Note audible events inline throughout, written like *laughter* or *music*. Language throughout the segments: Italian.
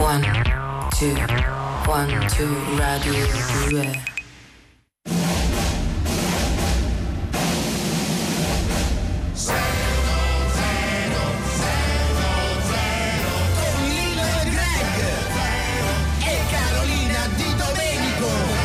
One, two, one, two, radio 2. con Lino e Greg e Carolina Di Domenico.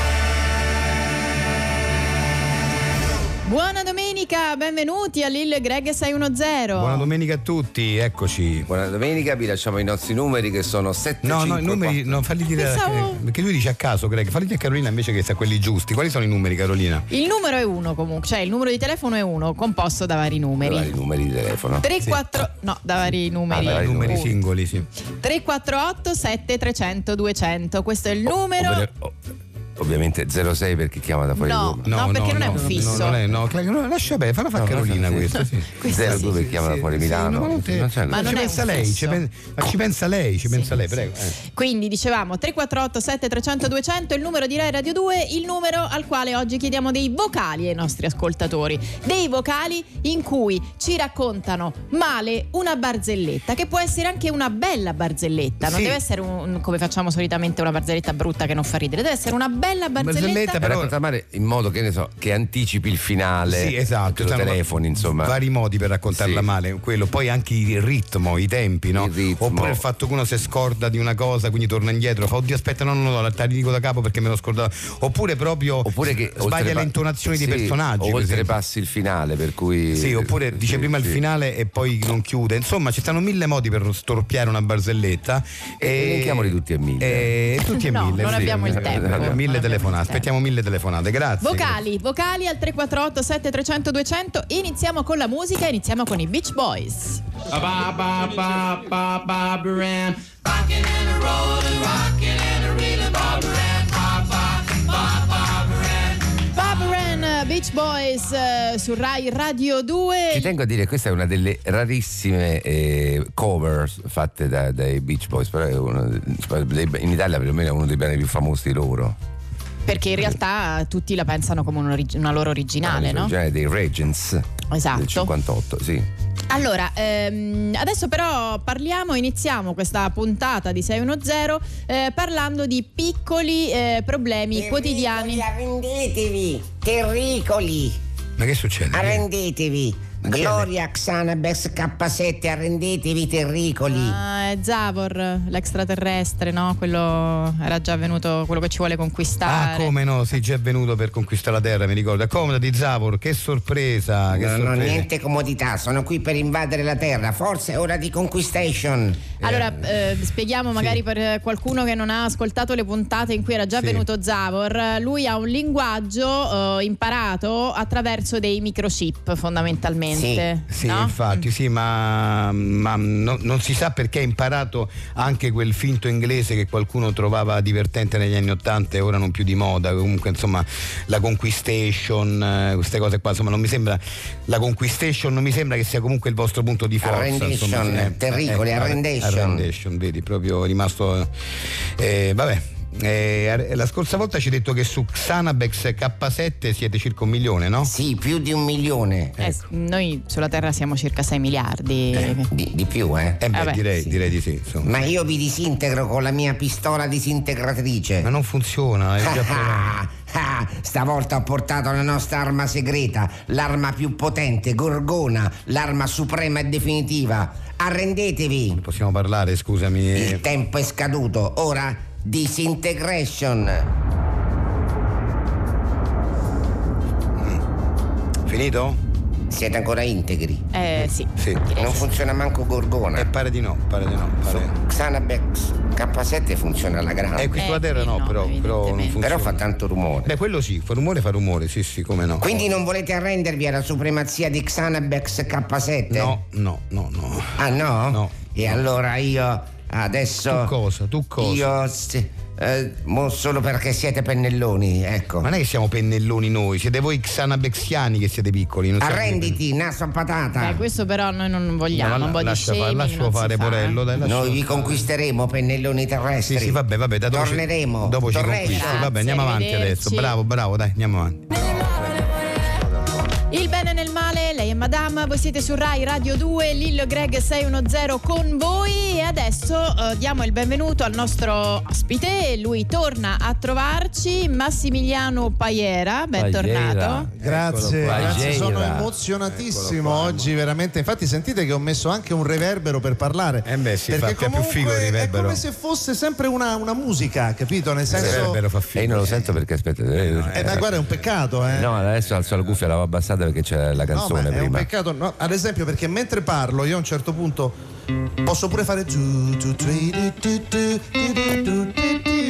Buona domenica, benvenuti a Lille Greg 610. Buona domenica a tutti, eccoci. Buona domenica, vi lasciamo i nostri numeri che sono 7 No, no, i numeri non falli dire Pensavo- eh, perché lui dice a caso, Greg, falli dire a Carolina invece che sia quelli giusti. Quali sono i numeri, Carolina? Il numero è uno comunque, cioè il numero di telefono è uno, composto da vari i numeri. numeri di telefono. 34 no, da vari numeri. Ah, da I vari numeri Ui. singoli, sì. 348 7300 200. Questo è il numero. Ovvero- oh, Ovviamente 06 perché chiama da fuori No. Roma. No, perché non è un fisso. No, non è, no, Cla- no, lascia bene, falla fare No, Carolina no, sì. questo, sì. Questo 02 sì. perché chiama da fuori Sì, Milano. ma non te- c'è Ma ma non ci è pensa un lei, fisso. ci pen- ma ci pensa lei, ci pensa Sì, lei, sì. prego. eh. Quindi dicevamo 348 7300 200 il numero di Rai Radio 2, il numero al quale oggi chiediamo dei vocali ai nostri ascoltatori, dei vocali in cui ci raccontano male una barzelletta che può essere anche una bella barzelletta, non Sì. deve essere un- come facciamo solitamente una barzelletta brutta che non fa ridere, deve essere una bella barzelletta. Barzelletta, Per però- raccontare in modo che ne so, che anticipi il finale. Sì, esatto. Lo Ci sono telefoni, insomma. Vari modi per raccontarla Sì. male, quello. Poi anche il ritmo, i tempi, no? Il ritmo. Oppure il fatto che uno si scorda di una cosa, quindi torna indietro, fa oddio aspetta, no, no, no, la ridico da capo perché me l'ho scordato. Oppure proprio Oppure che sbaglia oltrepa- le intonazioni sì, dei personaggi. O per esempio. oltrepassi il finale, per cui. Sì, oppure dice Eh, sì, prima il sì. finale e poi non chiude. Insomma, ci stanno mille modi per storpiare una barzelletta. E- elenchiamoli tutti e mille. E, tutti e No, mille. non sì. abbiamo il Eh, tempo. Non abbiamo Mille il telefonate. tempo. Aspettiamo mille telefonate. Grazie. Vocali, vocali al 348 7300 200, iniziamo con la musica, iniziamo con i Beach Boys. ba ba ba ba ba ram. Babaran Beach Boys eh, su Rai Radio 2. Ci tengo a dire, questa è una delle rarissime eh, cover fatte da- dai Beach Boys, però è uno dei- in Italia perlomeno è uno dei brani più famosi di loro. Perché in realtà tutti la pensano come un orig- una loro originale, no? Originale Cioè, dei Regents del Esatto. 58, sì. Allora, ehm, adesso però parliamo, iniziamo questa puntata di 610 eh, parlando di piccoli eh, problemi quotidiani. Terricoli, Arrendetevi, terricoli, Ma che succede? arrendetevi. chi è? Gloria Xanabes K7, arrendetevi, terricoli. Ah, è Zavor, l'extraterrestre, no? Quello era già venuto, quello che ci vuole Ah, conquistare. come no, sì, già è venuto per conquistare la terra, mi ricordo. Accomodati, Zavor, che sorpresa, che Non ho sorpresa. niente comodità, sono qui per invadere la terra, forse è ora di conquistation. Allora, eh, spieghiamo magari per eh, qualcuno che non ha ascoltato le puntate in cui era già Sì. venuto Zavor, eh, lui ha un linguaggio eh, imparato attraverso dei microchip fondamentalmente. Sì, ecco. no? infatti, sì, ma, ma no- non si sa perché ha imparato anche quel finto inglese che qualcuno trovava divertente negli anni Ottanta e ora non più di moda. Comunque, insomma, la conquistation, eh, queste cose qua, insomma, non mi sembra. La conquistation non mi sembra che sia comunque il vostro punto di forza. Arrendation, insomma, sì, terricoli, arrendation. arrendation, vedi, proprio rimasto. eh, vabbè. eh, ar- la scorsa volta ci hai detto che su Xanabex K7 siete circa un milione, no? Sì, più di un milione. Eh, s- Noi sulla Terra siamo circa 6 miliardi. Di, di più, eh? Eh beh, Vabbè, direi, sì. direi di sì. Insomma. Ma io vi disintegro con la mia pistola disintegratrice. Ma non funziona, hai *laughs* già provato. Ah, ah, stavolta ho portato la nostra arma segreta, l'arma più potente, Gorgona, l'arma suprema e definitiva. Arrendetevi, Possiamo parlare, il scusami. tempo è scaduto, ora disintegration. Finito? Siete ancora integri? Eh, sì. Sì. Non funziona manco Eh, Gorgona. pare di no, pare di no. Pare. Xanabex K7 funziona alla Eh, grande, qui Eh, sulla terra qui no, no, però, però non evidentemente. funziona. però fa tanto rumore. Beh, quello sì, fa rumore, fa rumore, sì, sì, come no. Quindi non volete arrendervi alla supremazia di Xanabex K7? No, no, no, no. Ah no? No. E allora io adesso... Tu cosa? Tu cosa? Io... s- eh, mo solo perché siete pennelloni, ecco. Ma non è che siamo pennelloni noi, siete voi xanabexiani che siete piccoli. Non siamo- Arrenditi, naso a patata. Beh, questo però noi non No, vogliamo, la- un po' di lascia fare, shaming lascia non si fare, fa, eh. Porello, dai, lascia Noi vi conquisteremo, pennelloni Sì, terrestri. sì, vabbè, vabbè, da dopo ci- Torneremo. dopo ci Torresti. conquisti. Vabbè, andiamo avanti adesso. arrivederci. Bravo, bravo, dai, andiamo avanti. Madonna. Il bene nel male, lei è Madame, voi siete su Rai Radio 2, Lillo e Greg 610 con voi e adesso eh, diamo il benvenuto al nostro ospite, lui torna a trovarci, Massimiliano Paiera, bentornato. Grazie, Eccolo qua, grazie, Gera. sono emozionatissimo Eccolo qua, oggi veramente. Infatti sentite che ho messo anche un reverbero per parlare. Eh beh, sì, fa- perché fa più comunque figo il reverbero. È come se fosse sempre una, una musica, capito? Nel Il senso... reverbero fa E figo. io non lo sento perché aspetta. Eh, ma guarda, è un peccato, eh. No, adesso alzo la cuffia, l'avevo abbassata perché c'era la No, ma canzone è un prima. peccato. no, ad esempio, perché mentre parlo io a un certo punto posso pure fare... giù, giù, giù, giù, giù, giù, giù,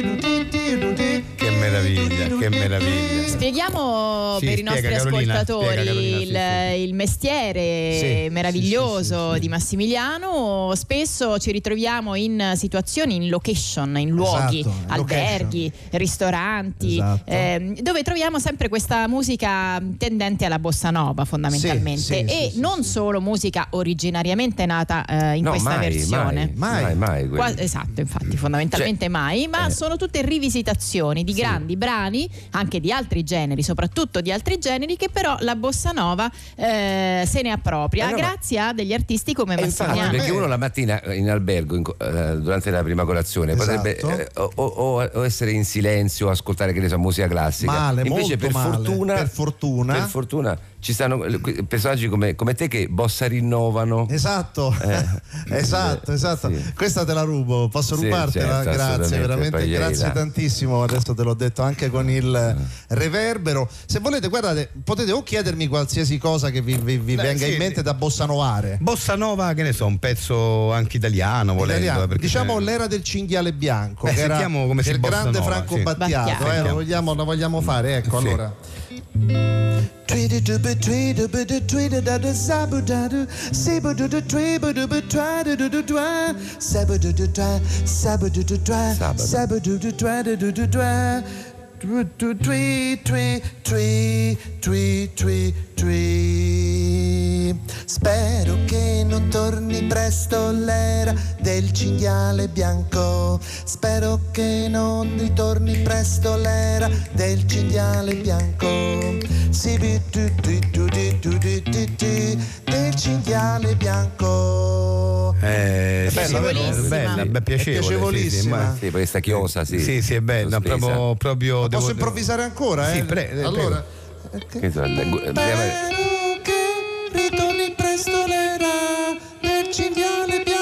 giù, giù, Che meraviglia, che meraviglia. Spieghiamo Sì, per i spiega, nostri Carolina, ascoltatori spiega, Carolina, il, sì, il mestiere Sì, meraviglioso sì, sì, sì, sì. di Massimiliano. Spesso ci ritroviamo in situazioni, in location, in luoghi, Esatto, in alberghi, ristoranti, Esatto. ehm, dove troviamo sempre questa musica tendente alla bossa nova fondamentalmente. Sì, sì, e sì, sì, non sì. solo musica originariamente nata eh, in no, questa mai, versione. Mai, mai, mai. Qua- quello. esatto, infatti, fondamentalmente mai, ma eh. sono tutte rivisitazioni di grandi brani, anche di altri generi, soprattutto di altri generi, che però la bossa nova eh, se ne appropria, Eh no, ma- grazie a degli artisti come Eh, infatti, Massimiliano. perché uno la mattina in albergo in co- eh, durante la prima colazione potrebbe Esatto. eh, o, o- o essere in silenzio, ascoltare che ne so, musica classica. Male, Invece, molto per, male. Fortuna, Per fortuna. per fortuna, ci stanno eh, que- personaggi come, come te che bossa rinnovano. Esatto, Eh. *laughs* esatto, Eh, esatto. sì. Questa te la rubo, posso Sì, rubartela? certo, grazie, assolutamente, veramente Pagliaira. grazie tantissimo. Adesso te l'ho detto anche con il reverbero. Se volete, guardate, potete o chiedermi qualsiasi cosa che vi, vi- vi Beh, venga sì, in mente sì. da bossanoare. Bossa Nova, che ne so, un pezzo anche italiano, volendo. eh, perché diciamo c'è- l'era del cinghiale bianco, Beh, che era sentiamo come Eh, si del bossa grande nova, Franco sì. Battiato. eh, Battiato. Mm. lo, vogliamo, lo vogliamo fare, ecco Sì. allora. Sabato. Spero che non torni presto l'era del cinghiale bianco. Spero che non ritorni presto l'era del cinghiale bianco. Sibi-tu-tu-tu-ti-tu-ti-ti-ti, Del cinghiale bianco. Eh, sì, Bella, bella, vero? bella, beh, piacevole, È Sì, sì, piacevolissima. ma- Sì, questa chiosa, sì. Sì, sì, è bello, Sospesa. proprio, proprio Posso devo- improvvisare ancora? Sì, eh? pre- eh, allora. Che so, la- gu- andiamo- Spero che ritorni presto l'era del cinghiale bianco.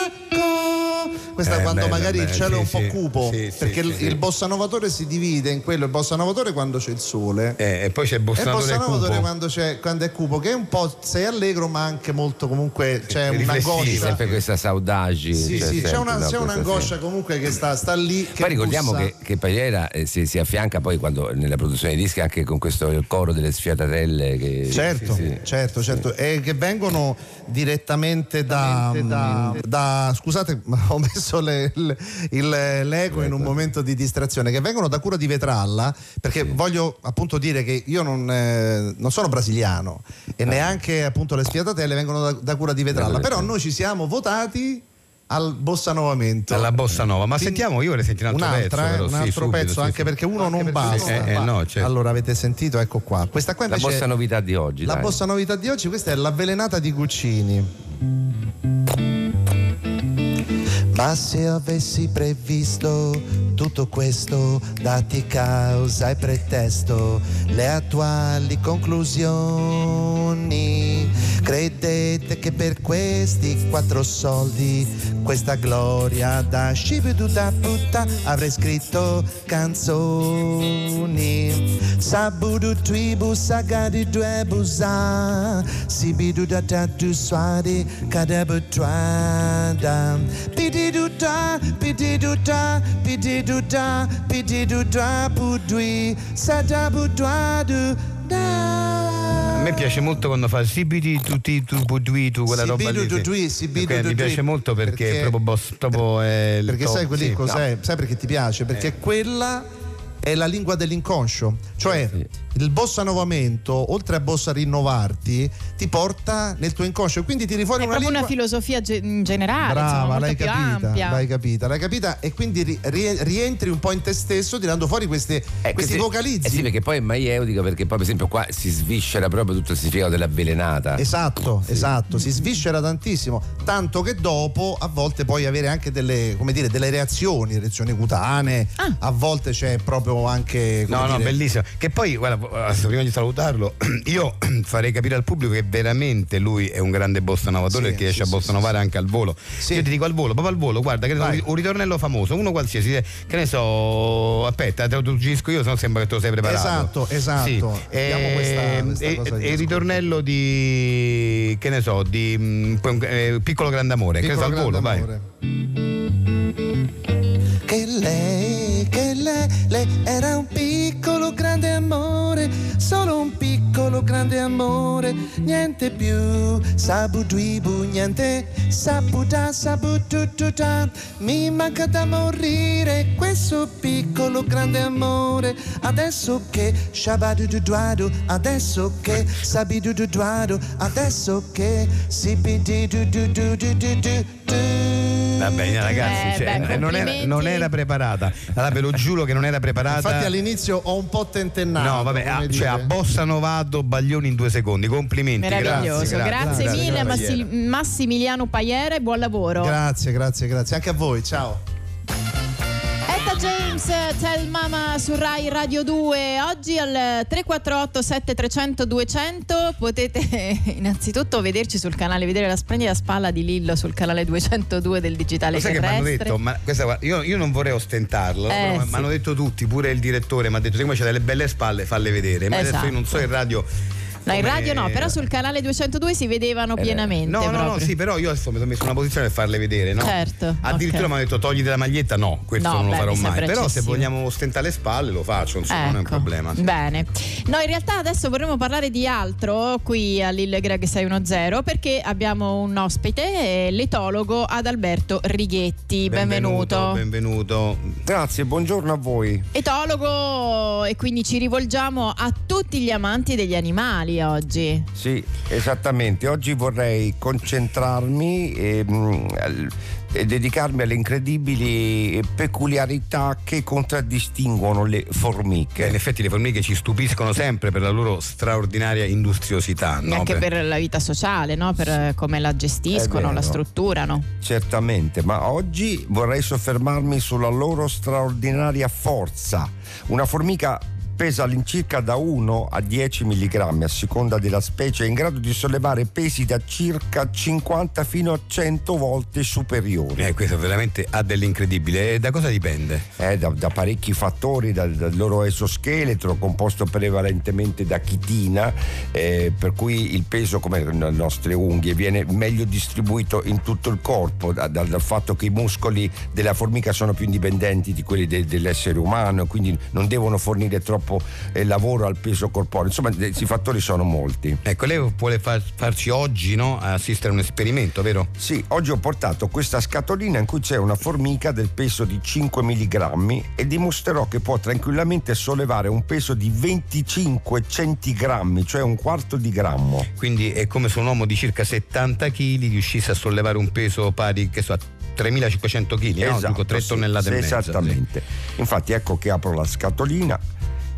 Questa Eh, è quando bello, magari il bello, cielo è un sì, po' sì, cupo, sì, sì, perché sì, il, sì. il bossa novatore si divide in quello, il bossa novatore quando c'è il sole. Eh, e poi c'è E il Bossanatore bossa e novatore Cupo. quando, c'è- quando è cupo, che è un po' sei allegro, ma anche molto comunque c'è Sì, riflessivo. un'angoscia. sempre questa saudagi. Sì, cioè, sì, c'è, sempre una- c'è cosa, sì. un'angoscia comunque che sta, sta lì. Che Poi ricordiamo bussa. che, che Pagliera eh, si, si affianca poi quando, nella produzione di dischi anche con questo il coro delle sfiatatelle. Che, Certo, sì, sì. certo, certo. E che vengono direttamente da, da- da- Scusate, ma *laughs* ho messo le- le- il- l'eco in un momento di distrazione. Che vengono da Cura di Vetralla, perché voglio appunto dire che io non, eh, non sono brasiliano e Ah. neanche appunto le sfiatatelle vengono da, da Cura di Vetralla. Però noi ci siamo votati al bossanovamento. Alla Bossa Nova, ma sentiamo, io vorrei sentire un altro Un'altra, eh, pezzo. però, un sì, altro subito, pezzo, sì, anche sì. perché uno non sì, basta. eh, eh, no, certo. Allora avete sentito, ecco qua. Questa qua La invece bossa novità di oggi. la dai. bossa novità di oggi, questa è l'avvelenata di Guccini. Ma se avessi previsto tutto questo, dati causa e pretesto, le attuali conclusioni, credete che per questi quattro soldi, questa gloria da scividuta putta, avrei scritto canzoni. Sabudu tribu sagadi dwebusa, sibidu datatu swadi kadabu twada. Pididuta, pididuta, pididuta, pididuta pudui, sadabu dwadu da. A me piace molto quando fa Sibidi tutti tu budui tu quella roba lì. Sibidu tutui, sì. Ok, sibidu Mi tutui. piace molto perché, Perché- è proprio boss, proprio è il Perché top, sai quelli sì. cos'è? Sai perché ti piace? Perché quella è la lingua dell'inconscio. Cioè, il bossa nuovamento, oltre a bossa rinnovarti, ti porta nel tuo inconscio e quindi tiri fuori È una proprio lingua... una filosofia ge- in generale, insomma, Brava, molto l'hai più capita, ampia. l'hai capita, l'hai capita e quindi ri- ri- rientri un po' in te stesso tirando fuori queste, Eh, questi questi- vocalizzi. Eh sì, perché poi è maieutica, perché poi per esempio qua si sviscera proprio tutto il significato dell'avvelenata. Esatto, esatto, si sviscera tantissimo, tanto che dopo a volte puoi avere anche delle, come dire, delle reazioni, reazioni cutanee, a volte c'è proprio anche... come No, no, dire, bellissimo. Che poi, guarda, eh, adesso prima di salutarlo, *clears throat* io farei capire al pubblico che veramente lui è un grande bossonovatore Sì, perché riesce sì, a sì, bossonovare anche al volo. Sì. Io ti dico al volo, proprio al volo, guarda, che ne so, Vai. un ritornello famoso, uno qualsiasi, eh, che ne so, aspetta, te lo suggerisco io, se no sembra che tu lo sei preparato. Esatto, esatto. Sì. Eh, Diamo questa- questa e- cosa di e il ascolto. ritornello di, che ne so, di mm, poi un- eh, Piccolo Grande Amore, che ne so, Piccolo al volo, vai. grande amore. Che lei, che lei, lei era un piccolo grande amore, solo un piccolo grande amore, niente più, sabuduibu, niente, sabuda, sabudududa, mi manca da morire questo piccolo grande amore, adesso che shabadududuadu, adesso che sabidududuadu, adesso che sibididudududududu. Va bene ragazzi, Eh, cioè, beh, non, era, complimenti. non era preparata. Allora ve lo giuro che non era preparata. Infatti all'inizio ho un po' tentennato. No, vabbè, come ah, dire. cioè a Bossa Novato Baglioni in due secondi. Complimenti, Meraviglioso, grazie. grazie, mille grazie, Massi- Bagliera. Massimiliano Paiere, buon lavoro. Grazie, grazie, grazie. Anche a voi, ciao. Etta James, Tell Mama su Rai Radio 2, oggi al 348 7300 200 potete *laughs* innanzitutto vederci sul canale, vedere la splendida spalla di Lillo sul canale 202 del digitale Lo sai che mi hanno terrestre. detto? Ma questa, guarda, io, io non vorrei ostentarlo, Eh, però mi sì. hanno detto tutti, pure il direttore mi ha detto: siccome c'è delle belle spalle, falle vedere. Ma adesso Esatto. io non so in radio. No, in come- Eh, radio no, però sul canale 202 si vedevano Oh, pienamente. No, no, no, proprio. sì, però io adesso mi sono messo in una posizione per farle vedere, no? Certo, Addirittura ok. mi hanno detto togli della maglietta, no, questo No, non beh, lo farò mi mai. sembra Però se eccessivo. vogliamo ostentare le spalle lo faccio, insomma, non è un Ecco. problema. eh, sì. Bene. No, in realtà adesso vorremmo parlare di altro qui a Lille Greg 610 perché abbiamo un ospite, eh, l'etologo Adalberto Righetti. Benvenuto. Benvenuto. Grazie, buongiorno a voi. Etologo e quindi ci rivolgiamo a tutti gli amanti degli animali oggi. Sì, esattamente. Oggi vorrei concentrarmi e, mm, al- e dedicarmi alle incredibili peculiarità che contraddistinguono le Che in formiche. effetti le formiche ci stupiscono sempre per la loro straordinaria industriosità. no? Anche Beh, per la vita sociale, no? per eh, come la È gestiscono, vero. la strutturano. Certamente, ma oggi vorrei soffermarmi sulla loro straordinaria forza. Una formica pesa all'incirca da 1 a 10 mg a seconda della specie, è in grado di sollevare pesi da circa 50 fino a 100 volte superiori. eh, questo veramente ha dell'incredibile. E da cosa dipende? Eh, da, da parecchi fattori, dal, dal loro esoscheletro composto prevalentemente da chitina, eh, per cui il peso, come le nostre unghie, viene meglio distribuito in tutto il corpo, da- dal, dal fatto che i muscoli della formica sono più indipendenti di quelli de- dell'essere umano, quindi non devono fornire troppo eh, lavoro al peso corporeo. Insomma, de- questi fattori sono molti. Ecco, lei vuole far- farci oggi no, assistere a un esperimento, vero? Sì, oggi ho portato questa scatolina in cui c'è una formica del peso di 5 mg e dimostrerò che può tranquillamente sollevare un peso di 25 centigrammi, cioè un quarto di grammo. Quindi è come se un uomo di circa 70 kg riuscisse a sollevare un peso pari, che so, a 3500 kg, no? Dico 3 Esatto, sì, tonnellate sì, esatto. e mezza. Esattamente. Infatti ecco che apro la scatolina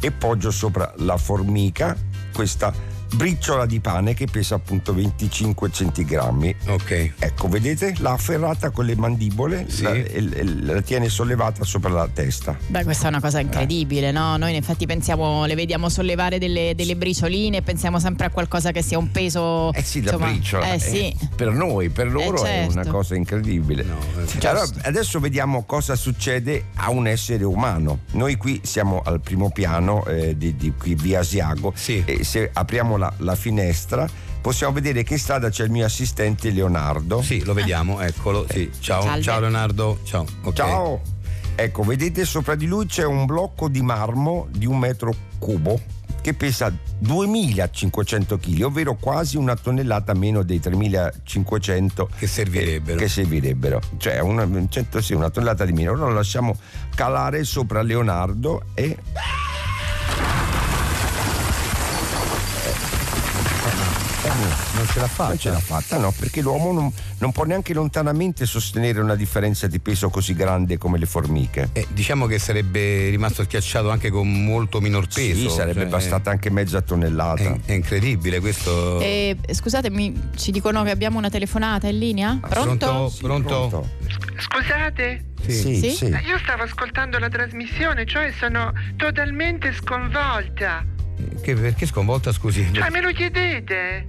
e poggio sopra la formica questa briciola di pane che pesa appunto 25 centigrammi sì. Ok. Ecco, vedete? L'ha afferrata con le mandibole Sì. la, e- e- la tiene sollevata sopra la testa. Beh, questa è una cosa incredibile, no? Noi infatti pensiamo, le vediamo sollevare delle, delle bricioline, pensiamo sempre a qualcosa che sia un peso. Eh sì, la insomma, briciola. Eh sì. per noi, per loro è certo. una cosa incredibile. No, eh. Cioè, allora, adesso vediamo cosa succede a un essere umano. Noi qui siamo al primo piano eh, di, di qui via Asiago Sì. e se apriamo la, la finestra possiamo vedere che in strada c'è il mio assistente Leonardo. Ah. Eh, Sì, lo vediamo, eccolo. Sì. Ciao. Salve. Ciao Leonardo. Ciao. ok. Ciao! Ecco, vedete sopra di lui c'è un blocco di marmo di un metro cubo che pesa 2500 kg, ovvero quasi una tonnellata meno dei 3500 Che servirebbero. che servirebbero. Cioè una, cento- sì, una tonnellata di meno. Ora lo lasciamo calare sopra Leonardo e... Ah, Non ce l'ha fatta. Non ce l'ha fatta, no, perché l'uomo non, non può neanche lontanamente sostenere una differenza di peso così grande come le formiche. Eh, diciamo che sarebbe rimasto schiacciato anche con molto minor peso. sì, sarebbe cioè, bastata anche mezza È, tonnellata. è incredibile questo. Eh, scusatemi, ci dicono che abbiamo una telefonata in linea? Pronto? Ah, Pronto? Pronto? Scusate, Sì. sì. Sì? sì. io stavo ascoltando la trasmissione, cioè sono totalmente sconvolta. Che- perché sconvolta, scusi? Cioè, me lo chiedete?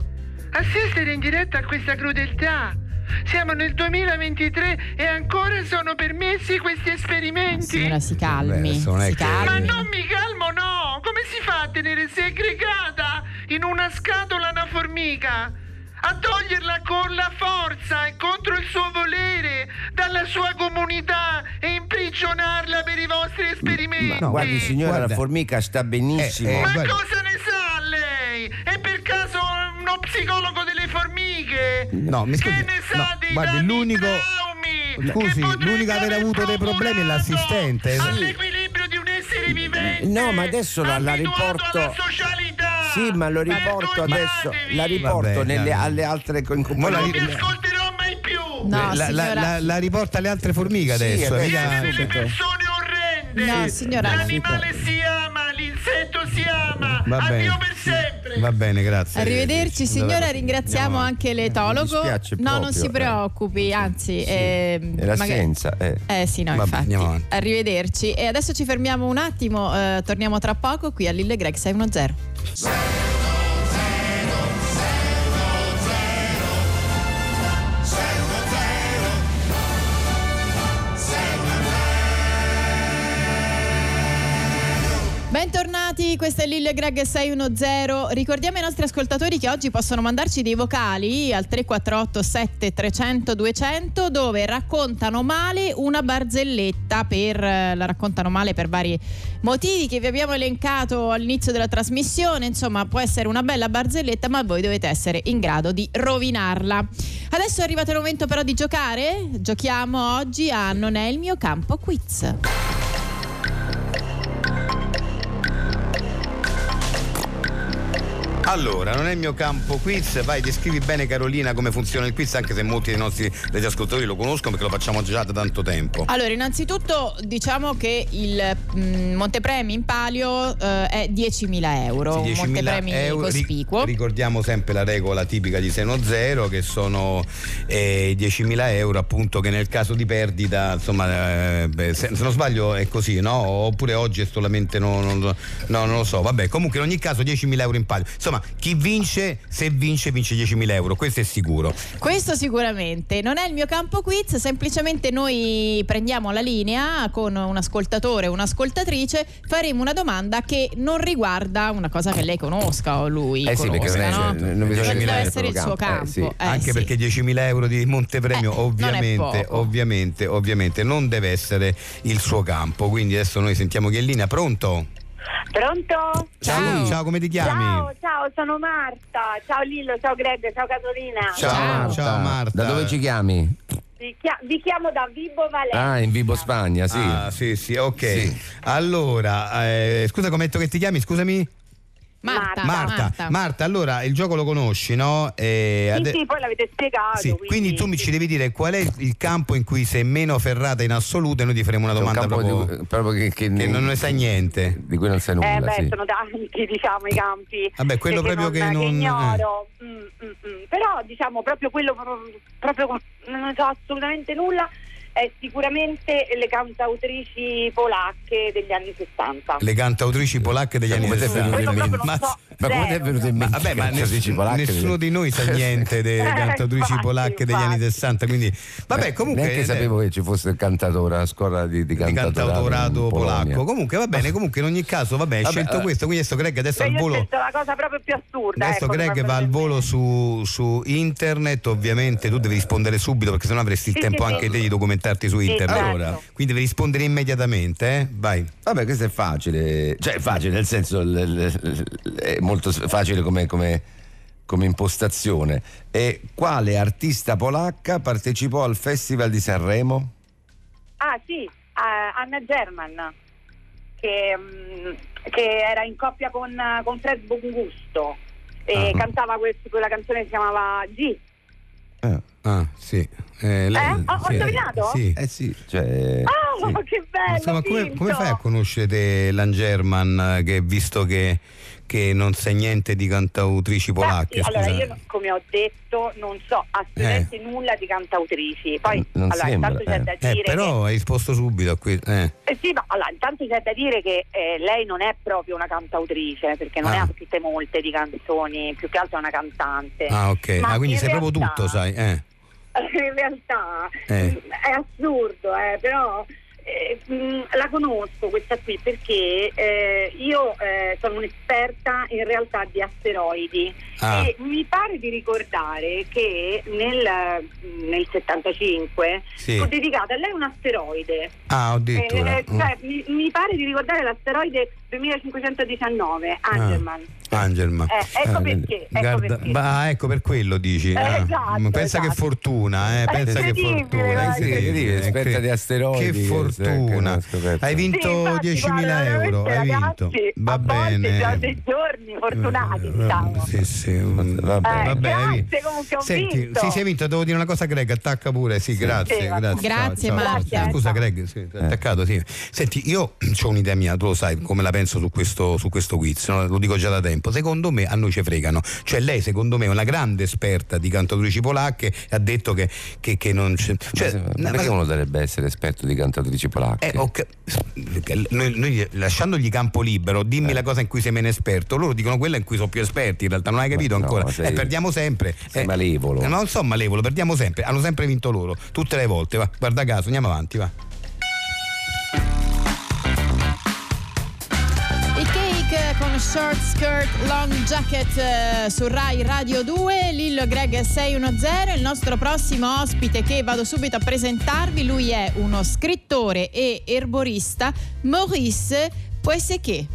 Assistere in diretta a questa crudeltà. Siamo nel 2023 e ancora sono permessi questi esperimenti? Signora, si Beh, calmi. adesso non è si che- Ma calmi. non mi calmo, no! Come si fa a tenere segregata in una scatola una formica? A toglierla con la forza e contro il suo volere dalla sua comunità e imprigionarla per i vostri esperimenti? no, Guardi signora, Guarda. la formica sta benissimo. Eh, eh, Ma guarda. cosa ne sa lei? È per caso uno psicologo delle formiche? No, mi scusi, Che ne sa no, dei guardi, tanti l'unico- traumi Scusi, che potrebbe l'unico ad aver avuto dei procurato problemi è l'assistente. Sì. All'equilibrio di un essere vivente. No, ma adesso la- la abituato riporto- alla socialità. Sì, ma lo riporto adesso, Vergognatevi. la riporto Vabbè, nelle, dai. alle altre co- in Ma la Non compagnia. vi ri- ascolterò mai più. No, la, la- signora. la- la riporta alle altre formiche Sì, adesso. adesso. mica- Siete delle subito. persone orrende. No, signora. L'animale si ama, l'insetto si ama. Va Addio bene. per sempre. Va bene, grazie. Arrivederci signora, Allora, ringraziamo andiamo avanti. anche Mi l'etologo. dispiace No, non proprio, si eh. preoccupi, anzi, ehm, È la magari- scienza. eh. Eh sì, no, Vabbè, andiamo infatti. avanti. Arrivederci. E adesso ci fermiamo un attimo, eh, torniamo tra poco qui a Lille Greg 610. Bentornati, questa è Lille Greg 610. Ricordiamo ai nostri ascoltatori che oggi possono mandarci dei vocali al 348 7300 200 dove raccontano male una barzelletta per eh, la raccontano male per vari motivi che vi abbiamo elencato all'inizio della trasmissione, insomma, può essere una bella barzelletta, ma voi dovete essere in grado di rovinarla. Adesso è arrivato il momento però di giocare. Giochiamo oggi a Non è il mio campo quiz. Allora, non è il mio campo quiz, vai, descrivi bene Carolina come funziona il quiz, anche se molti dei nostri degli ascoltatori lo conoscono perché lo facciamo già da tanto tempo. Allora, innanzitutto diciamo che il mh, montepremi in palio eh, è 10.000 euro, Sì, un 10.000 montepremi euro. Ri- cospicuo. ricordiamo sempre la regola tipica di seno zero che sono eh, 10.000 euro appunto che nel caso di perdita insomma eh, beh, se, se non sbaglio è così no oppure oggi è solamente no, non, no, non lo so vabbè comunque in ogni caso 10.000 euro in palio insomma chi vince se vince vince 10.000 euro questo è sicuro Questo sicuramente non è il mio campo quiz, semplicemente noi prendiamo la linea con un ascoltatore o un'ascoltatrice, faremo una domanda che non riguarda una cosa che lei conosca o lui Eh sì, perché conosca, non è- no? non bisogna Potrebbe girare essere solo il campo, suo campo. eh sì. eh anche sì. perché 10.000 euro di Montepremio Eh, non è ovviamente, poco. ovviamente, ovviamente non deve essere il suo campo. Quindi adesso noi sentiamo chi è in linea. Pronto? Pronto? Ciao, ciao, come ti chiami? Ciao, ciao, sono Marta. Ciao Lillo, ciao Greg, ciao Casolina. Ciao, Ciao. ciao, Marta. Da dove ci chiami? Vi, chia- vi chiamo da Vibo Valencia. Ah, in Vibo Spagna, sì. Ah, sì, sì, ok. Sì. Allora, eh, scusa come hai detto che ti chiami? Scusami? Marta, Marta. Marta, allora il gioco lo conosci, no? Eh, Sì, ade- sì, poi l'avete spiegato. Sì, quindi, eh, quindi tu mi ci devi dire qual è il- il campo in cui sei meno ferrata in assoluto e noi ti faremo una È un domanda campo di- proprio proprio che, che che ne- non ne sai niente. Di cui non sai nulla. Eh beh, sì. sono tanti, *laughs* diciamo, i campi. Eh, Vabbè, quello Perché proprio non- che non eh. ignoro. Mm, mm, mm. Però, diciamo, proprio quello, proprio, proprio- non ne so assolutamente nulla, è sicuramente le cantautrici polacche degli anni 60. eh, le cantautrici polacche degli Ma anni come ti è 60. venuto in Quello proprio Ma- non so. Ma come ti è Zero. venuto in mente? Vabbè, ma che ness- dici polacche? nessuno di noi *laughs* sa niente delle Eh, cantautrici infatti, polacche degli anni infatti. 60, quindi vabbè, comunque Eh, eh, Neanche sapevo che ci fosse il cantatore, la scuola di, di di cantautorato, cantautorato in Polonia. Ah. polacco. Comunque va bene, comunque in ogni caso, vabbè, hai Vabbè, scelto eh. questo, quindi adesso Greg adesso Cioè, al io ho volo scelto la cosa proprio più assurda. Adesso ecco, Greg va al probabilmente. volo su, su internet, ovviamente tu devi rispondere subito perché sennò avresti il Sì, tempo sì, anche sì. te di documentarti su internet. Esatto. Allora, quindi devi rispondere immediatamente, eh? Vai. Vabbè, questo è facile, cioè è facile nel senso l- l- l- è molto s- facile come, come- come impostazione. E quale artista polacca partecipò al Festival di Sanremo? Ah sì, eh, Anna German, che, mm, che era in coppia con, eh, con Fred Bongusto. e cantava quest- quella canzone che si chiamava G. Ah, sì. Eh, Ho- ho sì. indovinato? Sì. Eh sì, cioè... Oh, sì. ma che bello! Insomma, come, vinto! come fai a conoscere te Langerman, che visto che, che non sai niente di cantautrici Beh, polacche? sì, allora, scusa. io come ho detto, non so assolutamente nulla di cantautrici. Poi, N- non allora, sembra, intanto c'è eh. da Eh, dire però hai risposto subito a questo. Eh. che, eh sì, ma allora, intanto c'è da dire che eh, lei non è proprio una cantautrice, perché non Ah. ne ha scritte molte di canzoni, più che altro è una cantante. Ah, ok. Ma Ah, quindi in sei proprio realtà- Mm. tutto, sai. Eh. *laughs* in realtà Eh. mh, è assurdo, eh, però eh, mh, la conosco questa qui perché eh, io eh, sono un'esperta in realtà di asteroidi Ah. e mi pare di ricordare che nel, mh, nel 75 Sì. fu dedicata a lei un asteroide. Ah, addirittura. Eh, cioè, mi, mi pare di ricordare l'asteroide 2519, Ah. Angerman. Angelman. Eh, ecco Ah, perché. Ecco Guarda- perché. bah, ecco per quello dici. Eh, Ah, esatto, ma pensa esatto. che fortuna, eh, È pensa che incredibile, eh, fortuna. guarda. Sì, sì, Esperta che- di asteroidi, eh, Che sì, fortuna. ecco, scoperta. Hai Sì, vinto infatti, 10.000 guarda, euro. Hai veramente, vinto. ragazzi, Va a volte bene. già dei giorni fortunati, Eh, diciamo. Sì, sì. mm, Va bene. va bene, hai grazie, vinto. comunque, ho Senti, vinto. Sì, sì, hai vinto. Devo dire una cosa, Greg. Attacca pure. Sì, grazie. Sì, va- grazie, Grazie, ciao, ciao, Marta. ciao. Scusa, Greg. Sì, ti ho attaccato, sì. Senti, io *clears throat* ho un'idea mia. Tu lo sai come la penso su questo, su questo quiz. no? Lo dico già da tempo. Secondo me a noi ci fregano. Cioè, lei, secondo me, è una grande esperta di cantautrici polacche. e Ha detto che, che- che non c'è. Cioè, Ma ma- perché uno dovrebbe essere esperto di cantatrici polacche? eh, ok. Noi- noi lasciandogli campo libero, Eh. dimmi la cosa in cui sei meno esperto. Loro dicono quella in cui sono più esperti. In realtà, non hai capito no, ancora. sei- Eh, perdiamo sempre. sei Eh, malevolo. eh, Non sono malevolo, perdiamo sempre. Hanno sempre vinto loro, tutte le volte. Va, guarda caso, andiamo avanti. Va. I Cake con short skirt, long jacket eh, su Rai Radio 2, Lillo e Greg 610, il nostro prossimo ospite che vado subito a presentarvi, lui è uno scrittore e erborista, Maurice Poesecche.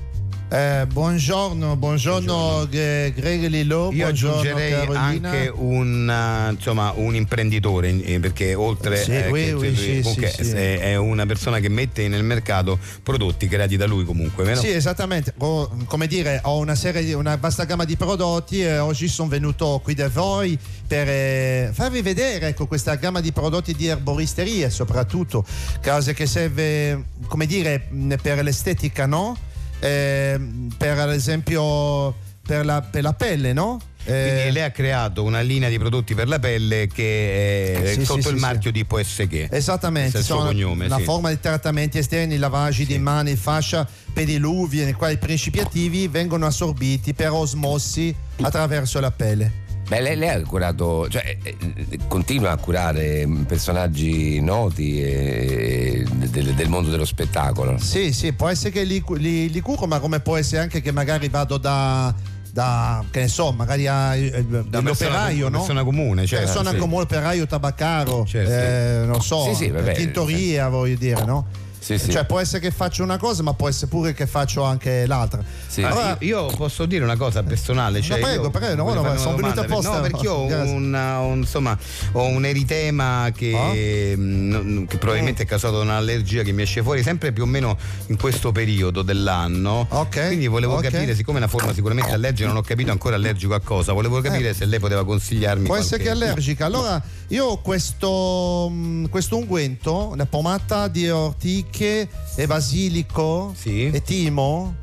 Eh, buongiorno, buongiorno, Gre- Greg Lillo, Io buongiorno aggiungerei Carolina. anche un, eh, insomma, un imprenditore, in- eh, perché oltre Sì, eh, oui, che- oui, sì, comunque sì, sì. è è una persona che mette nel mercato prodotti creati da lui comunque, vero? Sì, esattamente. Ho- come dire, ho una, serie di- una vasta gamma di prodotti e oggi sono venuto qui da voi per eh, farvi vedere ecco, questa gamma di prodotti di erboristeria, soprattutto cose che serve, come dire, mh, per l'estetica, no? Eh, per ad esempio per la, per la pelle, no? Eh, Quindi lei ha creato una linea di prodotti per la pelle che è Sì, sì, sotto sì, il sì. marchio di PSG. Questo Esattamente, è il suo sono cognome, la sì. forma di trattamenti esterni, lavaggi di mani, fascia, pediluvi, nei quali i principi attivi vengono assorbiti per osmossi attraverso la pelle. Beh, lei, lei ha curato, cioè, eh, eh, continua a curare mm, personaggi noti e- e del, del mondo dello spettacolo. Sì, sì, può essere che li, li- li curo, ma come può essere anche che magari vado da. da- che ne so, magari a, eh, l'operaio, persona- no? persona comune, cioè, certo, Persona sì. come operaio tabaccaro, Certo. eh, non so, Sì, sì, vabbè, tintoria, voglio dire, no? Sì, sì. Cioè, può essere che faccio una cosa, ma può essere pure che faccio anche l'altra. Sì. Allora, Allora, io io posso dire una cosa personale. Cioè No, prego, io prego, no, voglio no, fare sono una venuto domanda, apposta. per- No, perché Grazie. ho un, un- insomma, ho un eritema Ah. che, mh, non- che probabilmente è causato da un'allergia che mi esce fuori sempre più o meno in questo periodo dell'anno. Ok, Quindi volevo ok. capire, siccome è una forma sicuramente allergica, non ho capito ancora allergico a cosa. Volevo capire se lei poteva consigliarmi. Eh. Può essere che è qualche- allergica. Allora, io ho questo, mh, questo unguento, una pomata di ortiche e basilico Sì. e timo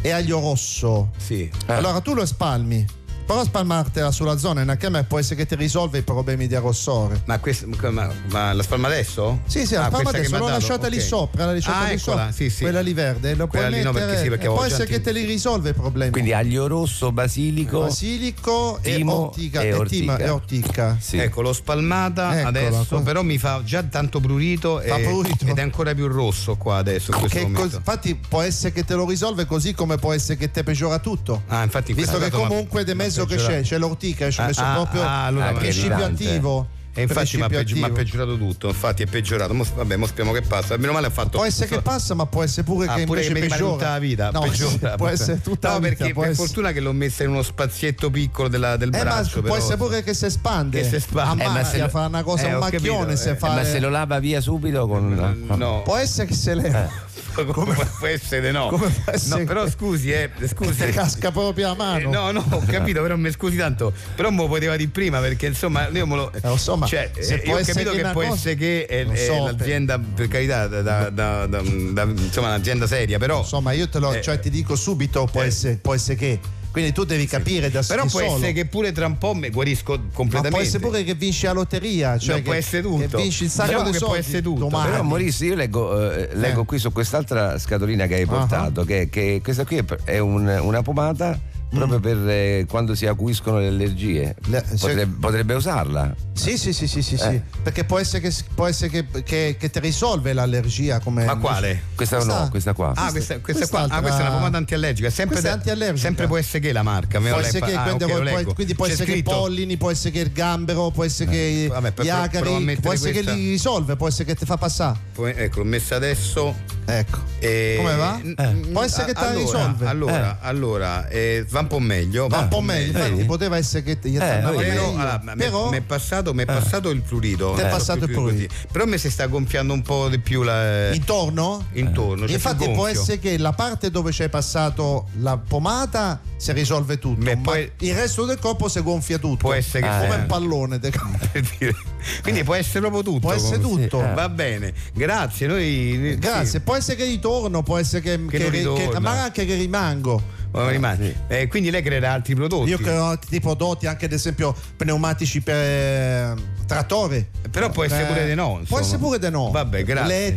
e aglio rosso. Eh. Sì. Allora tu lo spalmi, però spalmartela sulla zona in una camera può essere che ti risolve i problemi di arrossore. Ma, questa- ma- ma la spalma adesso? Sì, sì, la Ah, questa spalma che mi adesso ha l'ho dato, lasciata lì ok. sopra, l'ho lasciata Ah, lì eccola, sopra, sì, sì. quella lì verde, lo Quella puoi lì no, perché mettere sì, perché e avevo può già essere che te li risolve i problemi. Quindi aglio rosso, basilico. basilico e Timo ortica, e e timo ortica. e ortica. Sì. Ecco, l'ho spalmata Eccola adesso, qua. però mi fa già tanto prurito, Ah, Fa e- prurito. ed è ancora più rosso qua adesso in questo Che momento. cos- infatti può essere che te lo risolve così come può essere che te peggiora tutto. Ah, infatti in Visto questo che caso m'ha- comunque de m'ha mezzo che peggiorato. c'è, c'è l'ortica, ci ho Ah, messo ah, proprio ah, allora Ah, il che principio rilante. attivo. E infatti mi ha Principio peggio- mi ha attivo. peggiorato tutto, infatti è peggiorato. Mo- vabbè, mo speriamo che passa. Meno male ha fatto. Può essere che passa, ma può essere pure Ah, che pure invece mi rimane peggiora. tutta la vita. No, peggiora. può essere tutta No, la vita. perché può per essere- fortuna che l'ho messa in uno spazietto piccolo della- del Eh, ma braccio. può però- essere pure che si espande. Che si espande. A Eh, ma macchia, se lo- fa una cosa, Eh, un ho capito, macchione. se eh, fa- Ma se lo lava via subito con. Eh. No. Può essere che se leva. *laughs* come, può essere no. come può essere No, però scusi, eh, scusi. Ti casca proprio la mano. Eh, no, no, ho capito, però mi scusi tanto. Però me lo poteva di prima perché insomma io me lo. insomma, cioè, se eh, può io ho essere capito che che una può cosa- essere che *laughs* è, Non è so, l'azienda, per carità, da, da- da- da- da- insomma, un'azienda seria, però. Insomma, io te lo, Eh. cioè, ti dico subito, può, essere, può essere che. Quindi tu devi capire da Però da può solo. essere che pure tra un po' mi guarisco Ma completamente. può essere pure che vinci la lotteria, cioè No, che, può essere che tutto. vinci il sacco Diciamo di che può soldi essere tutto, domani. Però Maurizio io leggo, eh, leggo Eh. qui su quest'altra scatolina Ah. che hai portato, che, che questa qui è, per- è un- una pomata Mm. proprio per eh, quando si acuiscono le allergie. Le- se- potrebbe, potrebbe usarla. Sì, sì, sì, sì, sì, Eh. sì. Perché può essere che, può essere che, che- che ti risolve l'allergia come. Ma quale? Questa no, questa qua. Ah, questa, questa qua. Quest'altra- Ah, questa è una pomata antiallergica. Sempre, Questa è da- antiallergica. sempre può essere che la marca. me lo Può lei essere fa- che, ah, quindi, ok, lo può- leggo. quindi può C'è essere scritto- Eh, che i pollini, può essere che il gambero, può essere che Vabbè, per- per- gli provo a acari, mettere può essere questa. che li risolve, può essere che ti fa passare. Poi- Ecco, l'ho messa adesso. Ecco. Eh, Come va? mm, Può essere che te la allora, risolve. Allora, allora eh, va un po' meglio. Ah, Eh, Ma un po' meglio, infatti, poteva essere che ti- gli andava Però, meglio, allora, mi- però mi è passato, mi è passato il prurito. Ti è Non so più passato il più così. prurito. Però mi si sta gonfiando un po' di più la, intorno? Eh. intorno. cioè più Infatti può gonfio. essere che la parte dove c'è passato la pomata si risolve tutto, Beh, ma poi- il resto del corpo si gonfia tutto. Può essere che come sia- un pallone. del campo. Per dire. Quindi può essere proprio tutto. Eh. Può essere comunque. tutto. Eh. Sì, Va bene, grazie. Noi, Grazie, sì, può essere che ritorno, può essere che, Che che- non ritorna. che- ma anche che rimango. siamo rimasti. Eh, quindi lei creerà altri prodotti. Io credo altri prodotti, anche ad esempio pneumatici per eh, trattore. Però può essere Eh, pure di no, Può insomma. essere pure di no. Vabbè, grazie. Eh.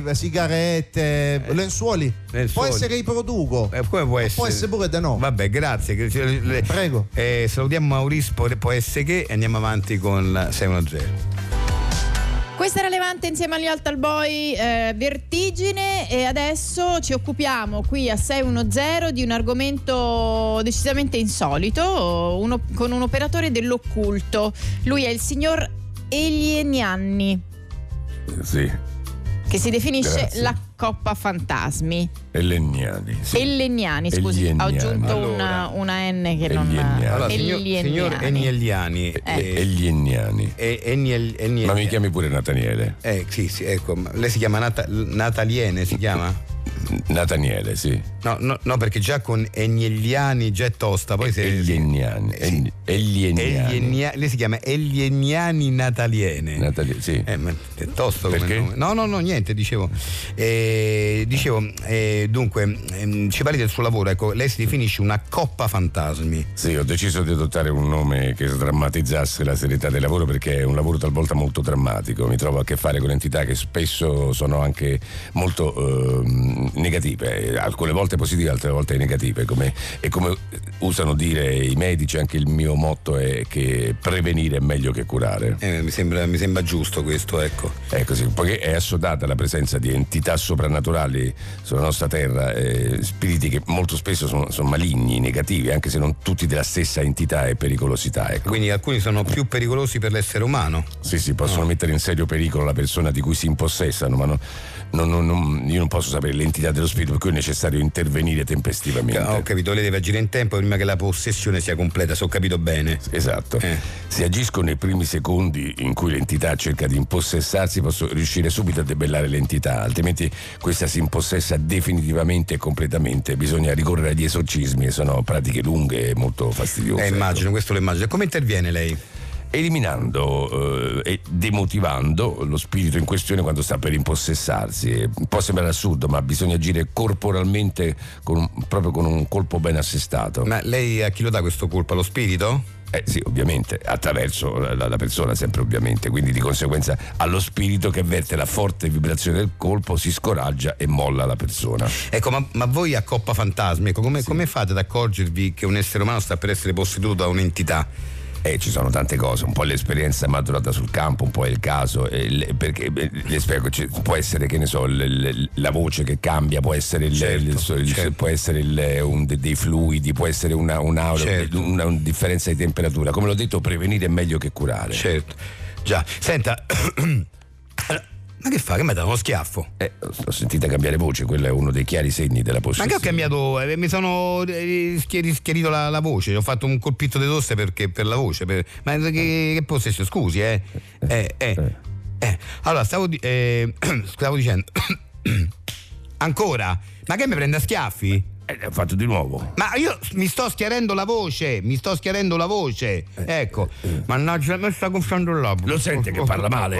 Letti, sigarette, lenzuoli. lenzuoli. Può essere che riproduco. Eh, come può essere? Può essere pure di no. Vabbè, grazie. Che- le- Prego. Eh, salutiamo Maurizio, può- può essere che e andiamo avanti con la 610. Questa era Levante insieme agli Altal Boy eh, Vertigine e adesso ci occupiamo qui a 610 di un argomento decisamente insolito uno- con un operatore dell'occulto. Lui è il signor Elienianni Sì, che si definisce Grazie. la Coppa Fantasmi. Eleniani. Eleniani, scusi, ho Elieniani. aggiunto una, Allora. una N che non... Elieniani. Allora, signor, Elieniani. signor Enieliani. Elieniani. eh, Eniel- Eniel- Eh, Ma mi chiami pure Nataniele. Eh, sì, sì, ecco. ma Lei si chiama Nata- Nataliene, si chiama? Nataniele, sì. No, no, no, perché già con Enieliani già è tosta, poi se... Elieniani. Eh, sì. Elieniani. Elienia- lei si chiama Elieniani Nataliene. Nataliele, sì. Eh, ma è tosto come Perché? nome. No, no, no, niente, dicevo. Eh, dicevo, eh, dunque, ehm, ci parli del suo lavoro, ecco, lei si definisce una coppa fantasmi. Sì, ho deciso di adottare un nome che sdrammatizzasse la serietà del lavoro perché è un lavoro talvolta molto drammatico. Mi trovo a che fare con entità che spesso sono anche molto ehm, negative, eh, alcune volte positive, altre volte negative. Come, e come usano dire i medici, anche il mio motto è che prevenire è meglio che curare. Eh, mi, sembra, mi sembra giusto questo, ecco. È così, poiché è assodata la presenza di entità soprannaturali sulla nostra terra, eh, spiriti che molto spesso sono, sono maligni, negativi, anche se non tutti della stessa entità e pericolosità. Ecco. Quindi alcuni sono più pericolosi per l'essere umano. Sì, sì, Ah. possono mettere in serio pericolo la persona di cui si impossessano, ma no- non- non- non- io non posso sapere l'entità dello spirito, per cui è necessario intervenire tempestivamente. Ah, Ho capito, lei deve agire in tempo prima che la possessione sia completa, se ho capito bene. Esatto. Eh. Se agisco nei primi secondi in cui l'entità cerca di impossessarsi, posso riuscire subito a debellare l'entità, altrimenti questa si impossessa definitivamente e completamente. Bisogna ricorrere agli esorcismi e sono pratiche lunghe e molto fastidiose. Eh, ecco. immagino, questo lo immagino. Come interviene lei? eliminando eh, e demotivando lo spirito in questione quando sta per impossessarsi. Eh, Può sembrare assurdo, ma bisogna agire corporalmente con un- proprio con un colpo ben assestato. Ma lei a chi lo dà questo colpo? Allo spirito? Eh sì, ovviamente, attraverso la, la persona, sempre ovviamente, quindi di conseguenza allo spirito che avverte la forte vibrazione del colpo si scoraggia e molla la persona. Ecco, ma, ma voi a Coppa Fantasmi, ecco, come, come fate ad accorgervi che un essere umano sta per essere posseduto da un'entità? Eh, ci sono tante cose, un po' l'esperienza maturata sul campo, un po' è il caso, eh, le- perché eh, le spiego, ci- può essere che ne so, l- l- la voce che cambia, può essere, il- Certo, il so- il- certo. può essere il- un de- dei fluidi, può essere una, un'aura, Certo. una, una differenza di temperatura. Come l'ho detto, prevenire è meglio che curare. Certo. Già, senta, *coughs* ma che fa? Che mi ha dato uno schiaffo? Eh, ho sentito cambiare voce, quello è uno dei chiari segni Ma che della ho possessione. cambiato, eh, mi sono eh, schi- rischierito la, la voce, ho fatto un colpito di tosse perché, per la voce, per- ma che, che possesso, scusi, eh. *clears throat* Eh, eh, eh. Allora, stavo, di- eh, stavo dicendo... Ancora? Ma che mi prende a schiaffi? Eh, ho fatto di nuovo. Ma io s- mi sto schiarendo la voce, mi sto schiarendo la voce. Ecco, mannaggia, mi sta gonfiando il labbro. Eh. Lo sente che parla male?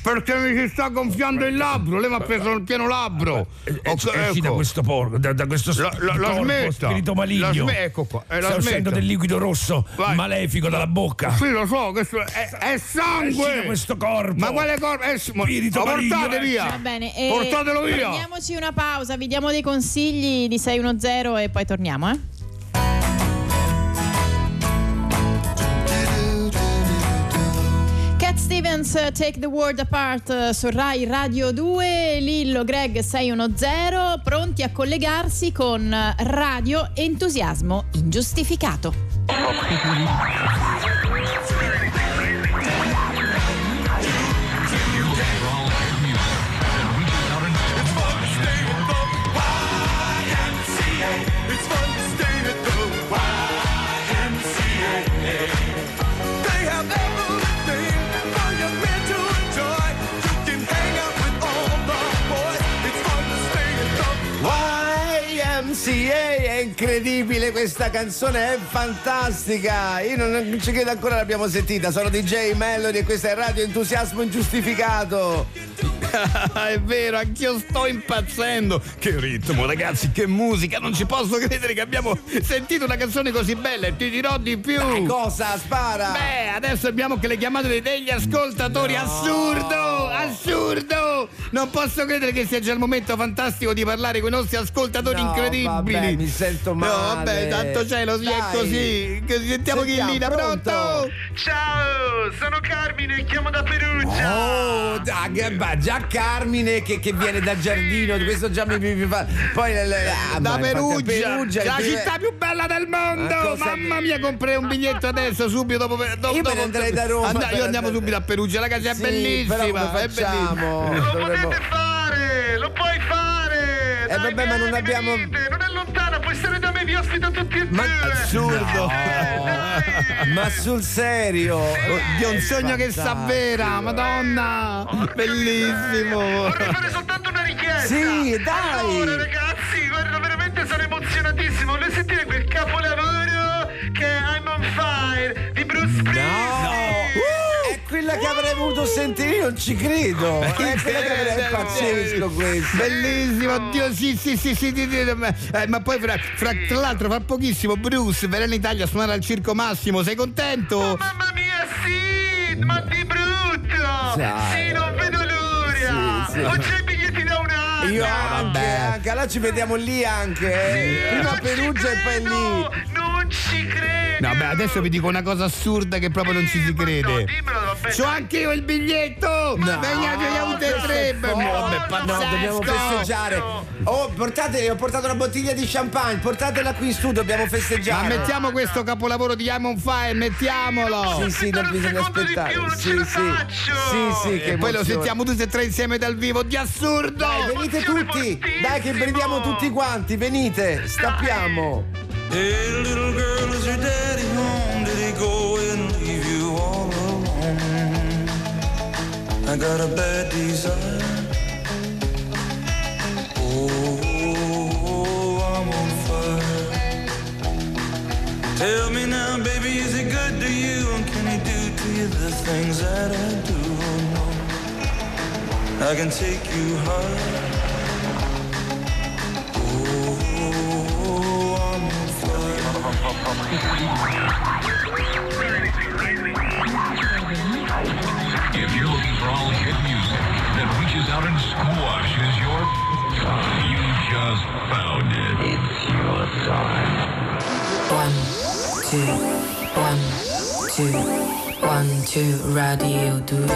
Perché mi si sta gonfiando il labbro? Lei mi ha preso il pieno labbro. Eh, eh, Ok, esci da ecco. questo porco, da, da questo La- la- la corpo, smetta. spirito La maligno. sme- ecco qua, eh, la Sta uscendo smetta. del liquido rosso Vai. malefico dalla bocca. Sì, lo so, questo è, è sangue! Esci da questo corpo. Ma quale corpo? È, ma- Spirito ma maligno, portate eh. via! Va bene, e Portatelo via! Prendiamoci una pausa, vi diamo dei consigli di 610 e poi torniamo, eh? Cat Stevens, eh, Take the World Apart eh, su Rai Radio 2, Lillo Greg 610, pronti a collegarsi con eh, Radio Entusiasmo Ingiustificato. YMCA è incredibile questa canzone, è fantastica. Io non, non ci credo ancora l'abbiamo sentita. Sono DJ Melody e questa è Radio Entusiasmo Ingiustificato. *laughs* è vero, anch'io sto impazzendo. Che ritmo, ragazzi, che musica! Non ci posso credere che abbiamo sentito una canzone così bella e ti dirò di più. Cosa spara? Beh, adesso abbiamo che le chiamate dei- degli ascoltatori. Assurdo! Assurdo! Non posso credere che sia già il momento fantastico di parlare con i nostri ascoltatori No, incredibili. vabbè, mi sento male. No, vabbè, tanto cielo, sì, è Dai. così. Che- Sentiamo chi è in Sentiamo, linea, pronto? pronto? Ciao, sono Carmine, chiamo da Perugia. Oh, da- che- ma già Carmine che, che viene da Giardino, questo già mi, mi- mi fa. Poi eh, ah, Da ma infatti, Perugia, Perugia, la eh, città più bella del mondo. Ma cosa- Mamma mia, comprei un *laughs* biglietto adesso, subito dopo. dopo Io me ne dopo- andrei da Roma Anda- per- io andiamo subito a Perugia, ragazzi, è sì, bellissima. però come è bellissima. facciamo? *laughs* Lo Dovremmo- potete fare, lo puoi fare. Eh, Dai, vabbè, ma non vieni, abbiamo- venite, Non è lontana, puoi stare da me, vi ospito tutti e due. Ma assurdo. Eh, dai. Ma sul serio? Oddio, un sogno che si avvera, madonna! Bellissimo! Vorrei fare soltanto una richiesta. Sì, dai. Allora, ragazzi, guarda, veramente sono emozionatissimo. Voglio sentire quel capolavoro che è I'm on fire di Bruce Springsteen. Uh, è quella che avrei voluto sentire, io non ci credo. È quella che avrei- è pazzesco questo. Bellissimo, oddio, sì, sì, sì, sì, sì, sì, ma- eh, ma poi fra, fra- tra l'altro fra pochissimo Bruce verrà in Italia a suonare al Circo Massimo, sei contento? Mamma mia, sì, ma di brutto. Sai. Sì, non vedo l'ora. Sì, sì. Ho già i biglietti da un anno. Io anche, Eh, vabbè. anche, allora ci vediamo lì anche. eh. Io Prima non a ci Perugia e poi lì. credo, Non ci credo. No, beh, adesso vi dico una cosa assurda che proprio non ci si Eh, ma No, crede. dimmelo, vabbè. C'ho anche io il biglietto! No. Venga, vediamo tutte e tre! Beh, No, Vabbè, No, dobbiamo pazzesco! festeggiare. Oh, portate, ho portato una bottiglia di champagne, portatela qui in studio, dobbiamo Ma festeggiare. mettiamo questo capolavoro di Amon Fire, mettiamolo! Sì, sì, non Aspettare un bisogna secondo di aspettare. più, non ce Sì, la sì. faccio. Sì, sì, che E poi lo emozione. sentiamo tutti e tre insieme dal vivo, di assurdo! Dai, venite Emozione tutti! fortissimo. Dai che bridiamo tutti quanti, venite, stappiamo! Hey, little girl, is your daddy home? Did he go and leave you all alone? I got a bad desire. Oh, I'm on fire. Tell me now, baby, is it good to you? And can he do to you the things that I do? Oh, no. I can take you high. If you're looking for all hit music that reaches out and squashes your time, you just found it. It's your time. One, two, one, two, one, two, radio due.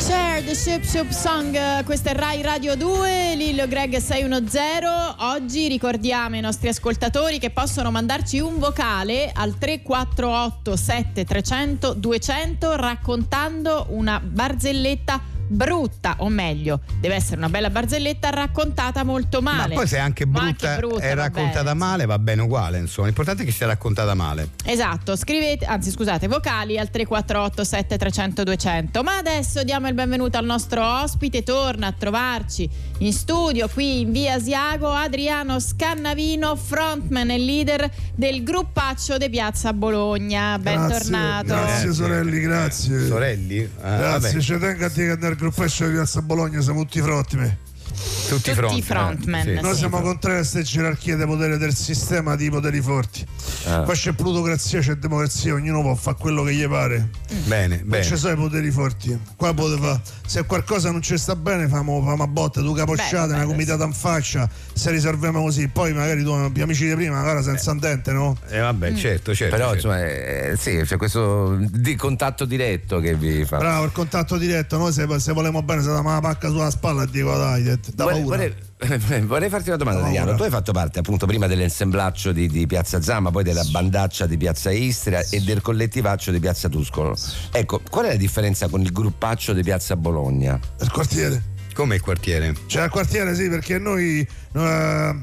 Share the Ship Ship Song, eh, questa è Rai Radio 2, Lillo Greg 610. Oggi ricordiamo ai nostri ascoltatori che possono mandarci un vocale al 348 7300 200 raccontando una barzelletta brutta, o meglio, deve essere una bella barzelletta raccontata molto Ma male. poi se è anche Ma brutta, brutta, è va raccontata bene. male, va bene uguale, insomma. L'importante è che sia raccontata male. Esatto, scrivete, anzi scusate, vocali al 348 7300 200. Ma adesso diamo il benvenuto al nostro ospite, torna a trovarci in studio qui in Via Asiago, Adriano Scannavino, frontman e leader del gruppaccio de Piazza Bologna. Bentornato. Grazie sorelli, grazie. Sorelli? Ah, grazie, vabbè. ci tengo a dire che nel gruppescio di Piazza Bologna siamo tutti frottimi. Tutti, i front, eh, sì. Noi siamo contrari a queste gerarchie di potere del sistema di poteri forti. Ah. Qua c'è plutocrazia, c'è democrazia, ognuno può fare quello che gli pare. Bene, Non bene. ci sono i poteri forti. Qua potete fa. Se qualcosa non ci sta bene, famo, famo a botte, tu Beh, caposciate, vabbè, una comitata in faccia, se risolviamo così. Poi magari tu gli amici di prima, magari senza un dente, no? Eh vabbè, Mm. certo, certo. Però certo. insomma, eh, sì, c'è questo di contatto diretto che vi fa. Bravo, il contatto diretto, noi se, se volemo bene, se diamo la pacca sulla spalla e dico "Ah, dai, da Vorrei- paura. vorrei- *laughs* vorrei farti una domanda, Adriano. Tu hai fatto parte appunto prima dell'ensemblaccio di, di Piazza Zama, poi della bandaccia di Piazza Istria e del collettivaccio di Piazza Tuscolo. Ecco, qual è la differenza con il gruppaccio di Piazza Bologna? Il quartiere. Come il quartiere? Cioè al quartiere sì, perché noi, eh,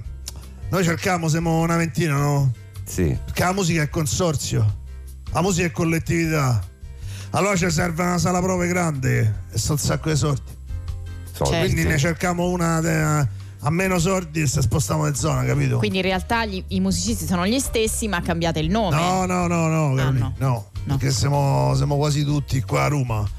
noi cerchiamo, siamo una ventina, no? Sì. Perché la musica è consorzio, la musica è collettività. Allora ci serve una sala prove grande e sto un sacco di sordi. Soldi. Quindi Certo. ne cerchiamo una de- a meno sordi e se spostiamo di zona, capito? Quindi in realtà gli- i musicisti sono gli stessi, ma cambiate il nome. No, no, no, no, Carolina, no. Perché siamo, siamo quasi tutti qua a Roma.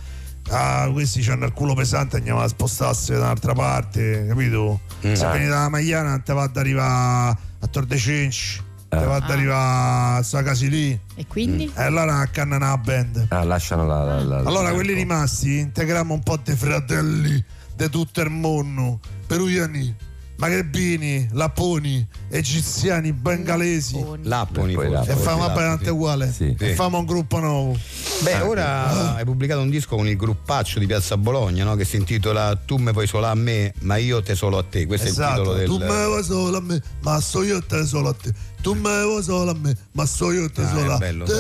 Ah, questi hanno il culo pesante, andiamo a spostarsi da un'altra parte, capito? Mm. Se Ah. vieni dalla Magliana te va ad arrivare a Tor de Cinci, te va ad arrivare a Sacasilì. E quindi? Mm. E allora accannano la band. Ah, lasciano la. la- la- Allora, la- quelli rimasti, integriamo un po' di fratelli di tutto il mondo, peruviani, magrebini, laponi, egiziani, bengalesi. Lapponi, poi, E Lapponi, famo Lapponi, abbonante uguale. Sì. E Sì. famo un gruppo nuovo. Beh, ora hai pubblicato un disco con il gruppaccio di Piazza Bologna, no? Che si intitola Tu me puoi solo a me, ma io te solo a te. Questo Esatto, è il tu titolo me del. vuoi solo a me, ma so io te solo a te. Tu me vuoi solo a me, ma so io te Ah, solo è a bello, te.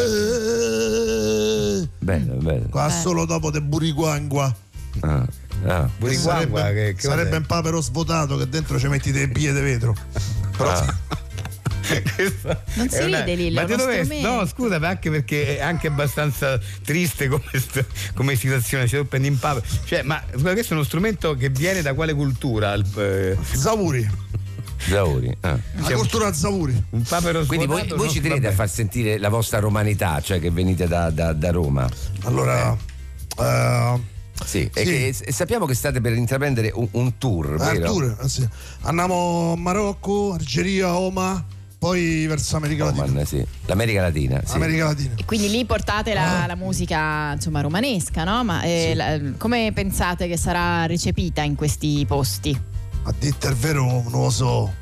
Bello, bello. Mm. Qua solo dopo de Buriguangua. Ah, ah. sarebbe, sarebbe un papero svuotato che dentro ci metti dei bie di vetro. Ah, Non si È una- ride lì, Eh, ma è di uno dove- strumento. No, scusa, ma anche perché è anche abbastanza triste come, st- come situazione. Cioè, tu prendi in papera. Cioè, ma scusa, questo è uno strumento che viene da quale cultura? eh, Zauri. Zauri. ah. La cultura Zauri. Un papero Quindi voi, svuotato voi non- ci tenete a vabbè. far sentire la vostra romanità, cioè che venite da, da- da Roma. Allora. Eh. eh, sì, e che- e sappiamo che state per intraprendere un, un tour, Ah, vero? Artur, eh, sì. Andiamo a Marocco, Algeria, Oman, poi verso America Latina. Oman, Oh, sì. L'America Latina. sì. America Latina. E quindi lì portate la, la musica insomma romanesca, no? Ma eh, la- come pensate che sarà recepita in questi posti? A ditta il vero non lo so.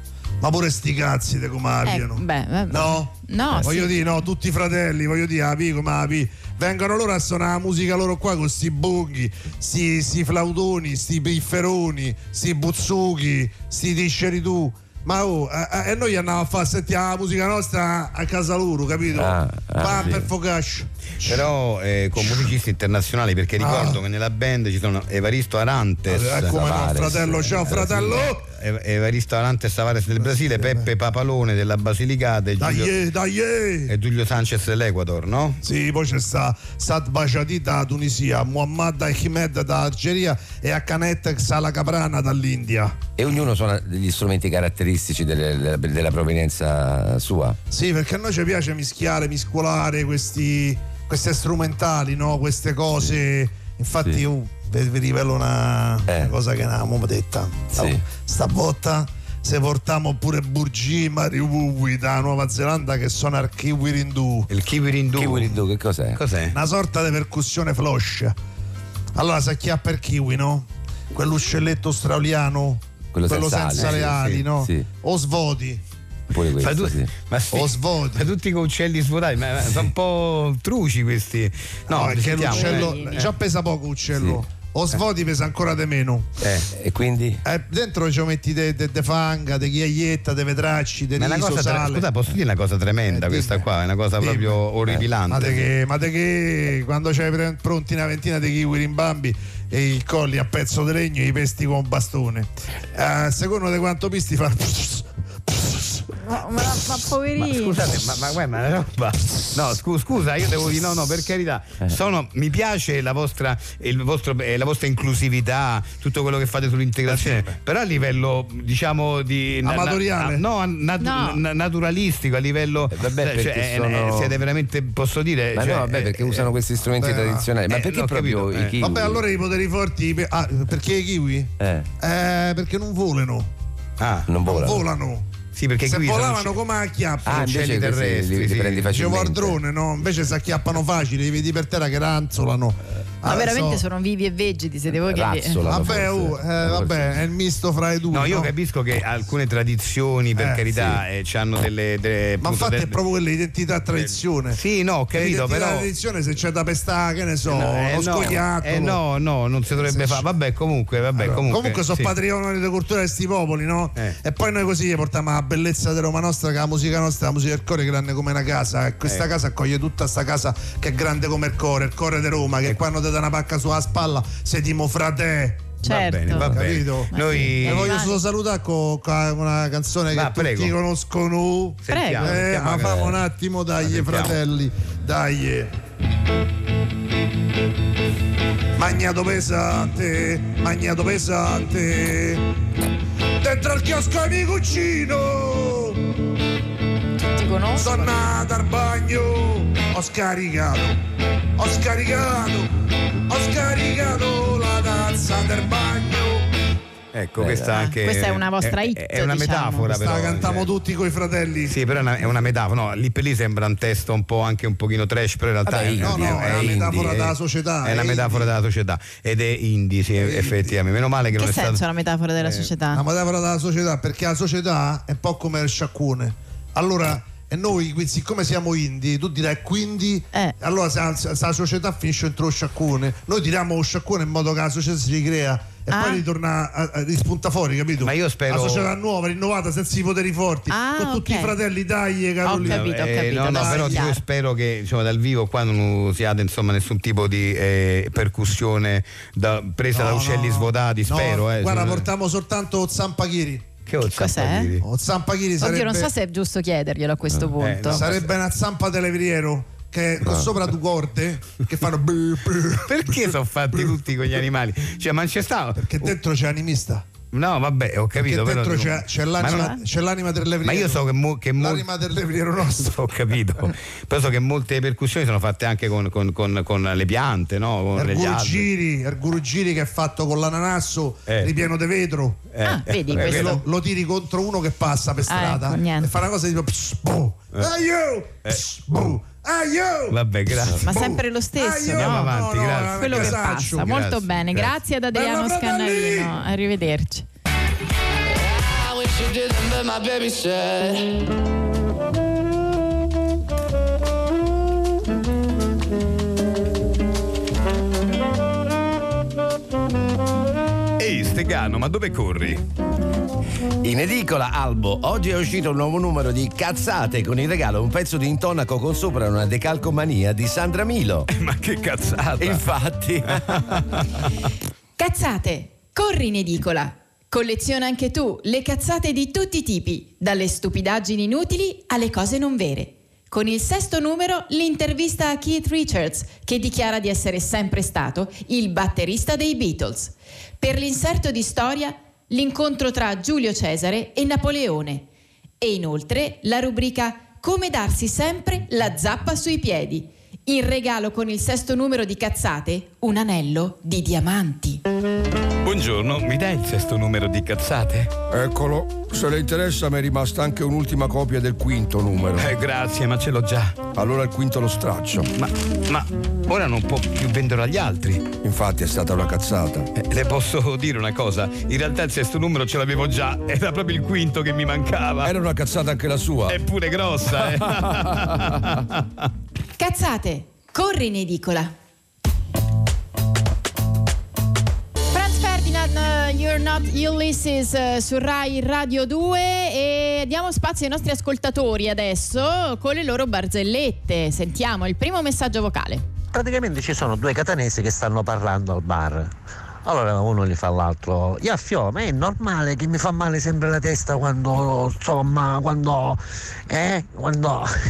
Ma pure sti cazzi di come arrivano. Eh, beh, vabbè. No? No, Eh, sì. voglio dire, no, tutti i fratelli, voglio dire, api come api. Vengono loro a suonare la musica loro qua con sti bonghi, sti, sti flautoni, sti pifferoni, sti buzzuchi, sti tisceri tu. Ma oh, eh, eh, e noi andiamo a far sentire la musica nostra a casa loro, capito? Ah, ah, Va sì. per focaccia. Però eh, con musicisti internazionali, Ah. perché ricordo che nella band ci sono Evaristo Arantes. Eh, come no, Tavares, fratello, ciao, eh, fratello! Eh, sì, eh, Evaristo Arantes Tavares del Brasile, Peppe Papalone della Basilicata e Giulio, Dai, eh. dai! e Giulio Sanchez dell'Ecuador, no? Sì, poi c'è sta Sad Bajadi da Tunisia, Muhammad Ahmed da Algeria e Akanet Sala Caprana dall'India. E ognuno suona degli strumenti caratteristici delle- della, della provenienza sua. Sì, perché a noi ci piace mischiare, miscolare questi, queste strumentali, no? queste cose. Infatti, Sì. io vi, vi rivelo una, una cosa che non avevamo detta. Sì. Stavolta, se portiamo pure Burgi Mariuwi da Nuova Zelanda, che suona il Kiwirindu. Il Kiwirindu? Kiwirindu, che cos'è? Cos'è? Una sorta di percussione floscia. Allora, si acchiappa il kiwi, no? Quell'uscelletto australiano. Quello senza ali, senza sì, le ali, sì, no? sì. O svoti. Pure questo, Fa tu- sì. Ma sì, fa tutti con uccelli svuotati, ma, ma sono un po' truci questi. No, No, perché sentiamo, l'uccello eh. già pesa poco uccello. O svoti pesa ancora di meno. Eh, E quindi? Eh, dentro ci metti de, de- de fanga, de ghiaietta, de vetracci, de Ma è una riso, cosa tre- sale. scusa, posso dire una cosa tremenda questa qua, è una cosa proprio Eh, orripilante. ma te che, ma te che quando c'hai pre- pronti una ventina di kiwi rimbambi e i colli a pezzo di legno e i pesti con bastone. Eh, secondo di quanto pisti *laughs* fa. Ma, ma, ma poverino. Ma scusate, ma, ma, guarda, ma è una roba. No, scu- scusa, io devo dire no, no, per carità. Eh. Sono- mi piace la vostra, il vostro- eh, la vostra inclusività, tutto quello che fate Eh, sull'integrazione, però a livello, diciamo, di. na- na- Amatoriale? ah, no, a- nat- No. na- naturalistico, a livello. vabbè, cioè, perché eh, sono- eh, siete veramente, posso dire. Ma cioè, no, vabbè, perché eh, usano questi strumenti beh, tradizionali. Ma eh, perché no, ho proprio capito, i eh. kiwi? Vabbè, allora i poteri forti. i pe- ah, perché i kiwi? Eh. Eh, perché non volano. Ah, non Non volano. volano. Sì, perché Se qui sono volavano uccelli- come a chiappa. Ah, invece uccelli questi li- terrestri, li sì. prendi facilmente. Dicevo al drone, no? Invece si acchiappano facile, li vedi per terra che ranzolano. Ma Ah, Adesso- veramente sono vivi e vegeti, siete voi che vi- Vabbè, oh, eh, vabbè, è il misto fra i due. No, io capisco che alcune tradizioni, per Eh, carità, hanno delle, delle- Ma appunto, infatti è del- proprio quell'identità tradizione. Sì, no, ho capito, L'identità però- tradizione se c'è da pestare, che ne so, No, eh, no, lo scoiattolo. eh, no, no, non si dovrebbe fare. Vabbè, comunque, vabbè, Allora, comunque. sono sì. patrimoni della cultura di sti popoli, no? Eh. E poi noi così gli portiamo la bellezza della Roma nostra, che la musica nostra, la musica del cuore grande come una casa. E questa Eh. casa accoglie tutta sta casa che è grande come il cuore, il cuore di Roma, Eh. che quando ti dà una pacca sulla spalla, sei tipo frate. Certo. bene, va bene. Capito? Noi- E Eh, voglio solo salutare con una canzone Va, che tutti prego. conoscono. Sentiamo, Eh, sentiamo ma che- famo un attimo, dai, sentiamo. fratelli, dai. Magnato pesante, magnato pesante. Dentro al chiosco mi cucino. Tutti conoscono. Sono andato al bagno, ho scaricato, ho scaricato, ho scaricato la tazza del bagno. Ecco, questa anche. questa è una vostra è, hit, È una diciamo. metafora, Questa la però. eh. cantiamo tutti coi fratelli. Sì, però è una, è una metafora. No, lì per lì sembra un testo un po' anche un pochino trash, però in realtà Vabbè, è, no, no, è una indie, metafora è- della È società, è una indie. metafora della società ed è indie, sì, effettivamente. Meno male che, Eh, Che non è senso stato. è una metafora della società? La metafora della società, perché la società è un po' come il sciacquone. Allora, e noi, qui- siccome siamo indie, tu dirai quindi, Eh. allora se la società finisce entro lo sciacquone, noi tiriamo lo sciacquone in modo che la società si ricrea e Ah. poi ritorna, a- a- rispunta fuori, capito? Ma io spero- La società nuova, rinnovata, senza i poteri forti, Ah, con tutti ok. i fratelli, dai, Carolina. Eh, no, no, adesso però è chiaro. io spero che insomma, dal vivo qua non usiate insomma, nessun tipo di eh, percussione da- presa da uccelli svuotati, No, spero. eh. guarda, Sono- portiamo soltanto Zampachiri. Che ho cos'è? Zampagiri? O Zampachiri sarebbe... Eh, Oddio, non so se è giusto chiederglielo a questo punto. Eh, Sarebbe una zampa televiriero che con sopra due corde *laughs* che fanno brr, brr, Ah. Perché sono fatti tutti con gli animali? Cioè, ma non c'è stato. che dentro c'è animista. No, vabbè, ho Che capito. dentro però, c'è, c'è Ma l'anima, non- c'è l'anima del Ma levriero. io so che, mo- che mo- l'anima del levriero nostro. *laughs* ho capito. Però so che molte percussioni sono fatte anche con, con- con- con le piante, no? Con gli alberi. Ergurugiri, Ergurugiri che è fatto con l'ananasso Eh. ripieno di vetro. Eh, Ah, eh, vedi, eh, questo. lo, lo tiri contro uno che passa per Ah, strada ecco, niente. e fa una cosa tipo pss, boh, Eh. aio, Eh. pss, boh, aio. boh, Vabbè, grazie. Ma sempre lo stesso, Andiamo no? avanti, Ah, no, grazie. Quello che Casaccio. passa. Molto Grazie, bene, grazie. grazie ad Adriano Bella fratelli! Scannarino. Arrivederci. I wish you didn't, but my baby said. Ehi, Stegano, ma dove corri? In edicola Albo, *laughs* oggi è uscito un nuovo numero di Cazzate con in regalo un pezzo di intonaco con sopra una decalcomania di Sandra Milo. Eh, Ma che cazzata! *laughs* Infatti. Cazzate, corri in edicola. Colleziona anche tu le cazzate di tutti i tipi, dalle stupidaggini inutili alle cose non vere. Con il sesto numero l'intervista a Keith Richards, che dichiara di essere sempre stato il batterista dei Beatles. Per l'inserto di storia, l'incontro tra Giulio Cesare e Napoleone. E inoltre la rubrica Come darsi sempre la zappa sui piedi. In regalo con il sesto numero di cazzate, un anello di diamanti. Buongiorno, mi dai il sesto numero di cazzate? Eccolo, se le interessa mi è rimasta anche un'ultima copia del quinto numero. Eh, grazie, ma ce l'ho già. Allora il quinto lo straccio. Ma, ma ora non può più vendere agli altri. Infatti è stata una cazzata. Eh, Le posso dire una cosa, in realtà il sesto numero ce l'avevo già, era proprio il quinto che mi mancava. Era una cazzata anche la sua. Eppure grossa, eh. Cazzate, corri in edicola. Franz Ferdinand, eh, You're Not Ulysses eh, su Rai Radio 2 e diamo spazio ai nostri ascoltatori adesso con le loro barzellette. Sentiamo il primo messaggio vocale. praticamente ci sono due catanesi che stanno parlando al bar. Allora uno gli fa l'altro, io Fio, ma è normale che mi fa male sempre la testa quando, insomma, quando, eh, quando... *laughs*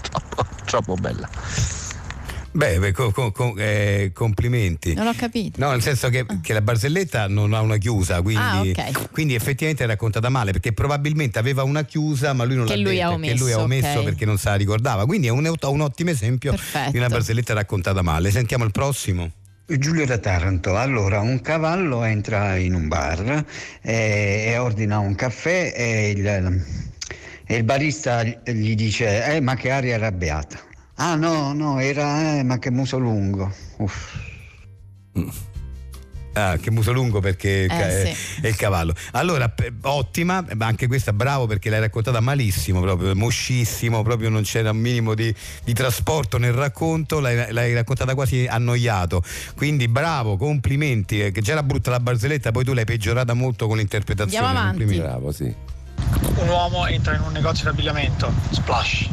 troppo, *laughs* troppo bella. Beh, beh, co- co- co- eh, complimenti. Non ho capito. No, nel senso che, che la barzelletta non ha una chiusa, quindi, Ah, ok. quindi effettivamente è raccontata male, perché probabilmente aveva una chiusa, ma lui non Che l'ha lui detta, ha che lui ha omesso, omesso ok. perché non se la ricordava. Quindi è un, un ottimo esempio di una barzelletta raccontata male. Sentiamo il prossimo. Giulio da Taranto, allora un cavallo entra in un bar eh, e ordina un caffè e il, e il barista gli dice eh ma che aria arrabbiata. Ah no, no, era eh, ma che muso lungo. Uff. Ah, che muso lungo perché Eh, ca- è, sì. è il cavallo. Allora, p- ottima, ma anche questa bravo perché l'hai raccontata malissimo, proprio moscissimo, proprio non c'era un minimo di, di trasporto nel racconto, l'hai, l'hai raccontata quasi annoiato. Quindi bravo, complimenti, eh, che già era brutta la barzelletta, poi tu l'hai peggiorata molto con l'interpretazione. Andiamo avanti. Complimenti. Bravo, sì. Un uomo entra in un negozio di abbigliamento, splash.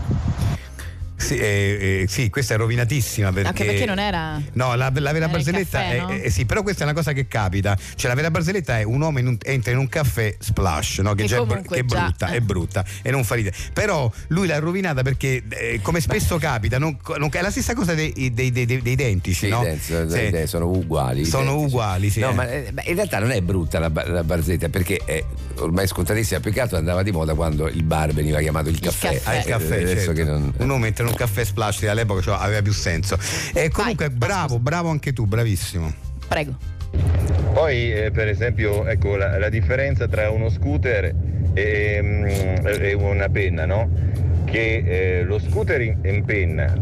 Sì, eh, eh, sì, questa è rovinatissima perché... Anche perché non era. No, la, la vera Era il barzelletta caffè, è, no? è- sì, però questa è una cosa che capita. Cioè, la vera barzelletta è un uomo in un- entra in un caffè splash, no? che, Che già è, br- comunque che è già- brutta, eh. è brutta e non fa ridere. Però lui l'ha rovinata perché, eh, come spesso capita, non- non- è la stessa cosa dei, dei- dei- dei- dei identici, no? Sono- Sì. sono uguali. Sono uguali, sì, No, eh. ma, eh, ma in realtà non è brutta la, ba- la barzetta perché è ormai scontatissima. Più che altro andava di moda quando il bar veniva chiamato il caffè. Ah, il caffè, Eh, adesso certo. che non- un uomo entra in un caffè splash che all'epoca cioè, aveva più senso. E comunque, bravo, bravo anche tu, bravissimo. Prego. Poi eh, per esempio ecco, la, la differenza tra uno scooter e, mm, e una penna, no? Che eh, lo scooter in, in penna,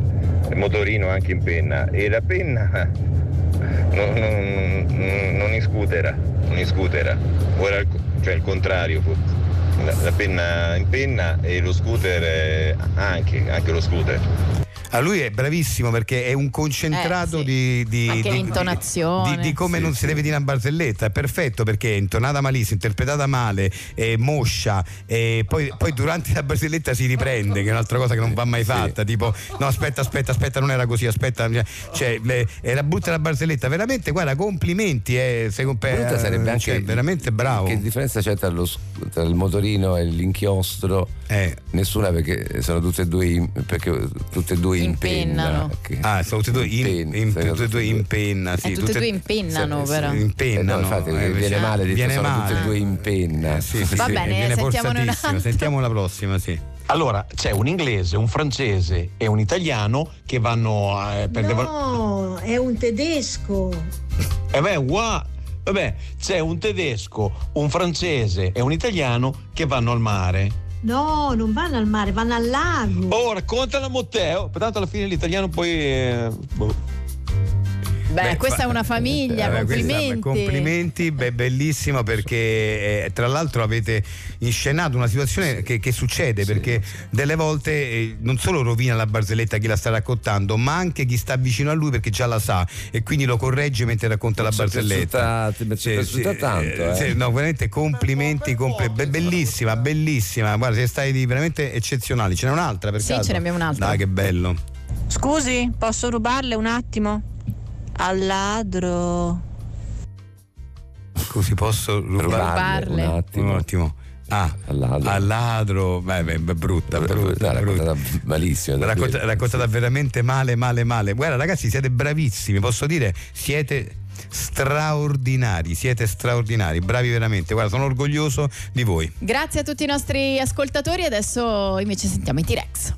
il motorino anche in penna, e la penna *laughs* non, non- non- non in scootera, non in scootera. Ora il co- cioè il contrario forse. La, la penna in penna e lo scooter eh, anche, anche lo scooter. Ah, lui è bravissimo perché è un concentrato di, di- Eh, Anche di- l'intonazione. di, di come Sì, non si deve dire una barzelletta. È perfetto perché è intonata malissimo, interpretata male, è moscia, e poi, poi durante la barzelletta si riprende, che è un'altra cosa che non va mai fatta. Tipo, no, aspetta, aspetta, aspetta, non era così, aspetta. Cioè, le- era brutta la barzelletta. Veramente, guarda, complimenti. Eh, sei compa- Brutta sarebbe anche cioè, il- veramente bravo. Che differenza c'è tra, lo s- tra il motorino e l'inchiostro? Eh. Nessuna perché sono tutte e due in, perché tutte e due in penna. Impennano. Che- Ah, sono tutte e due in, in- tutte e due in penna. Sì, Eh, tutte e due impennano, sì, però. Impennano. Eh no, infatti, eh, viene sì. male, detto, Viene sono male. tutte e due in penna. Eh, Va bene, viene sentiamone un forzatissimo. altro. Sentiamo la prossima, sì. Allora, c'è un inglese, un francese e un italiano che vanno a... eh, per le val- No, è un tedesco. Eh beh, wa- Vabbè, c'è un tedesco, un francese e un italiano che vanno al mare. No, non vanno al mare, vanno al lago. Oh, raccontala Matteo, tanto alla fine l'italiano poi... eh, boh. Beh, Beh, questa fa- è una famiglia, Eh, questa- complimenti. complimenti, beh, bellissimo perché eh, tra l'altro avete inscenato una situazione che, che succede perché delle volte eh, non solo rovina la barzelletta chi la sta raccontando ma anche chi sta vicino a lui perché già la sa e quindi lo corregge mentre racconta la Mi è barzelletta. piaciuta- mi è piaciuta tanto, eh, eh. sì, no, veramente complimenti, compl- be- bellissima, bellissima. Guarda, siete stati di- veramente eccezionali. Ce n'è un'altra per Sì, caso? ce ne abbiamo un'altra. Dai, che bello. Scusi, posso rubarle un attimo? Al ladro. Scusi, posso rubarle Rubarle. un attimo? Un attimo. Ah, al ladro. Beh, beh, beh, brutta, brutta, raccontata malissimo. Racconta, raccontata veramente male, male, male. Guarda, ragazzi, siete bravissimi, posso dire, siete straordinari, siete straordinari, bravi veramente. Guarda, sono orgoglioso di voi. Grazie a tutti i nostri ascoltatori. Adesso invece sentiamo i T-Rex.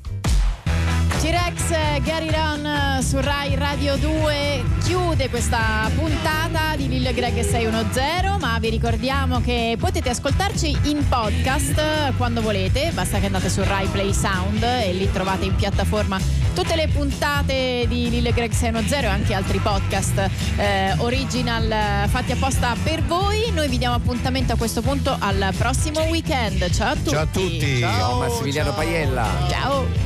T-Rex eh, Gary Ron eh, su Rai Radio 2 chiude questa puntata di Lil Greg 610, ma vi ricordiamo che potete ascoltarci in podcast eh, quando volete, basta che andate su Rai Play Sound eh, e lì trovate in piattaforma tutte le puntate di Lil Greg 610 e anche altri podcast eh, original eh, fatti apposta per voi. Noi vi diamo appuntamento a questo punto al prossimo weekend. Ciao a tutti. Ciao Massimiliano Paiella. Ciao.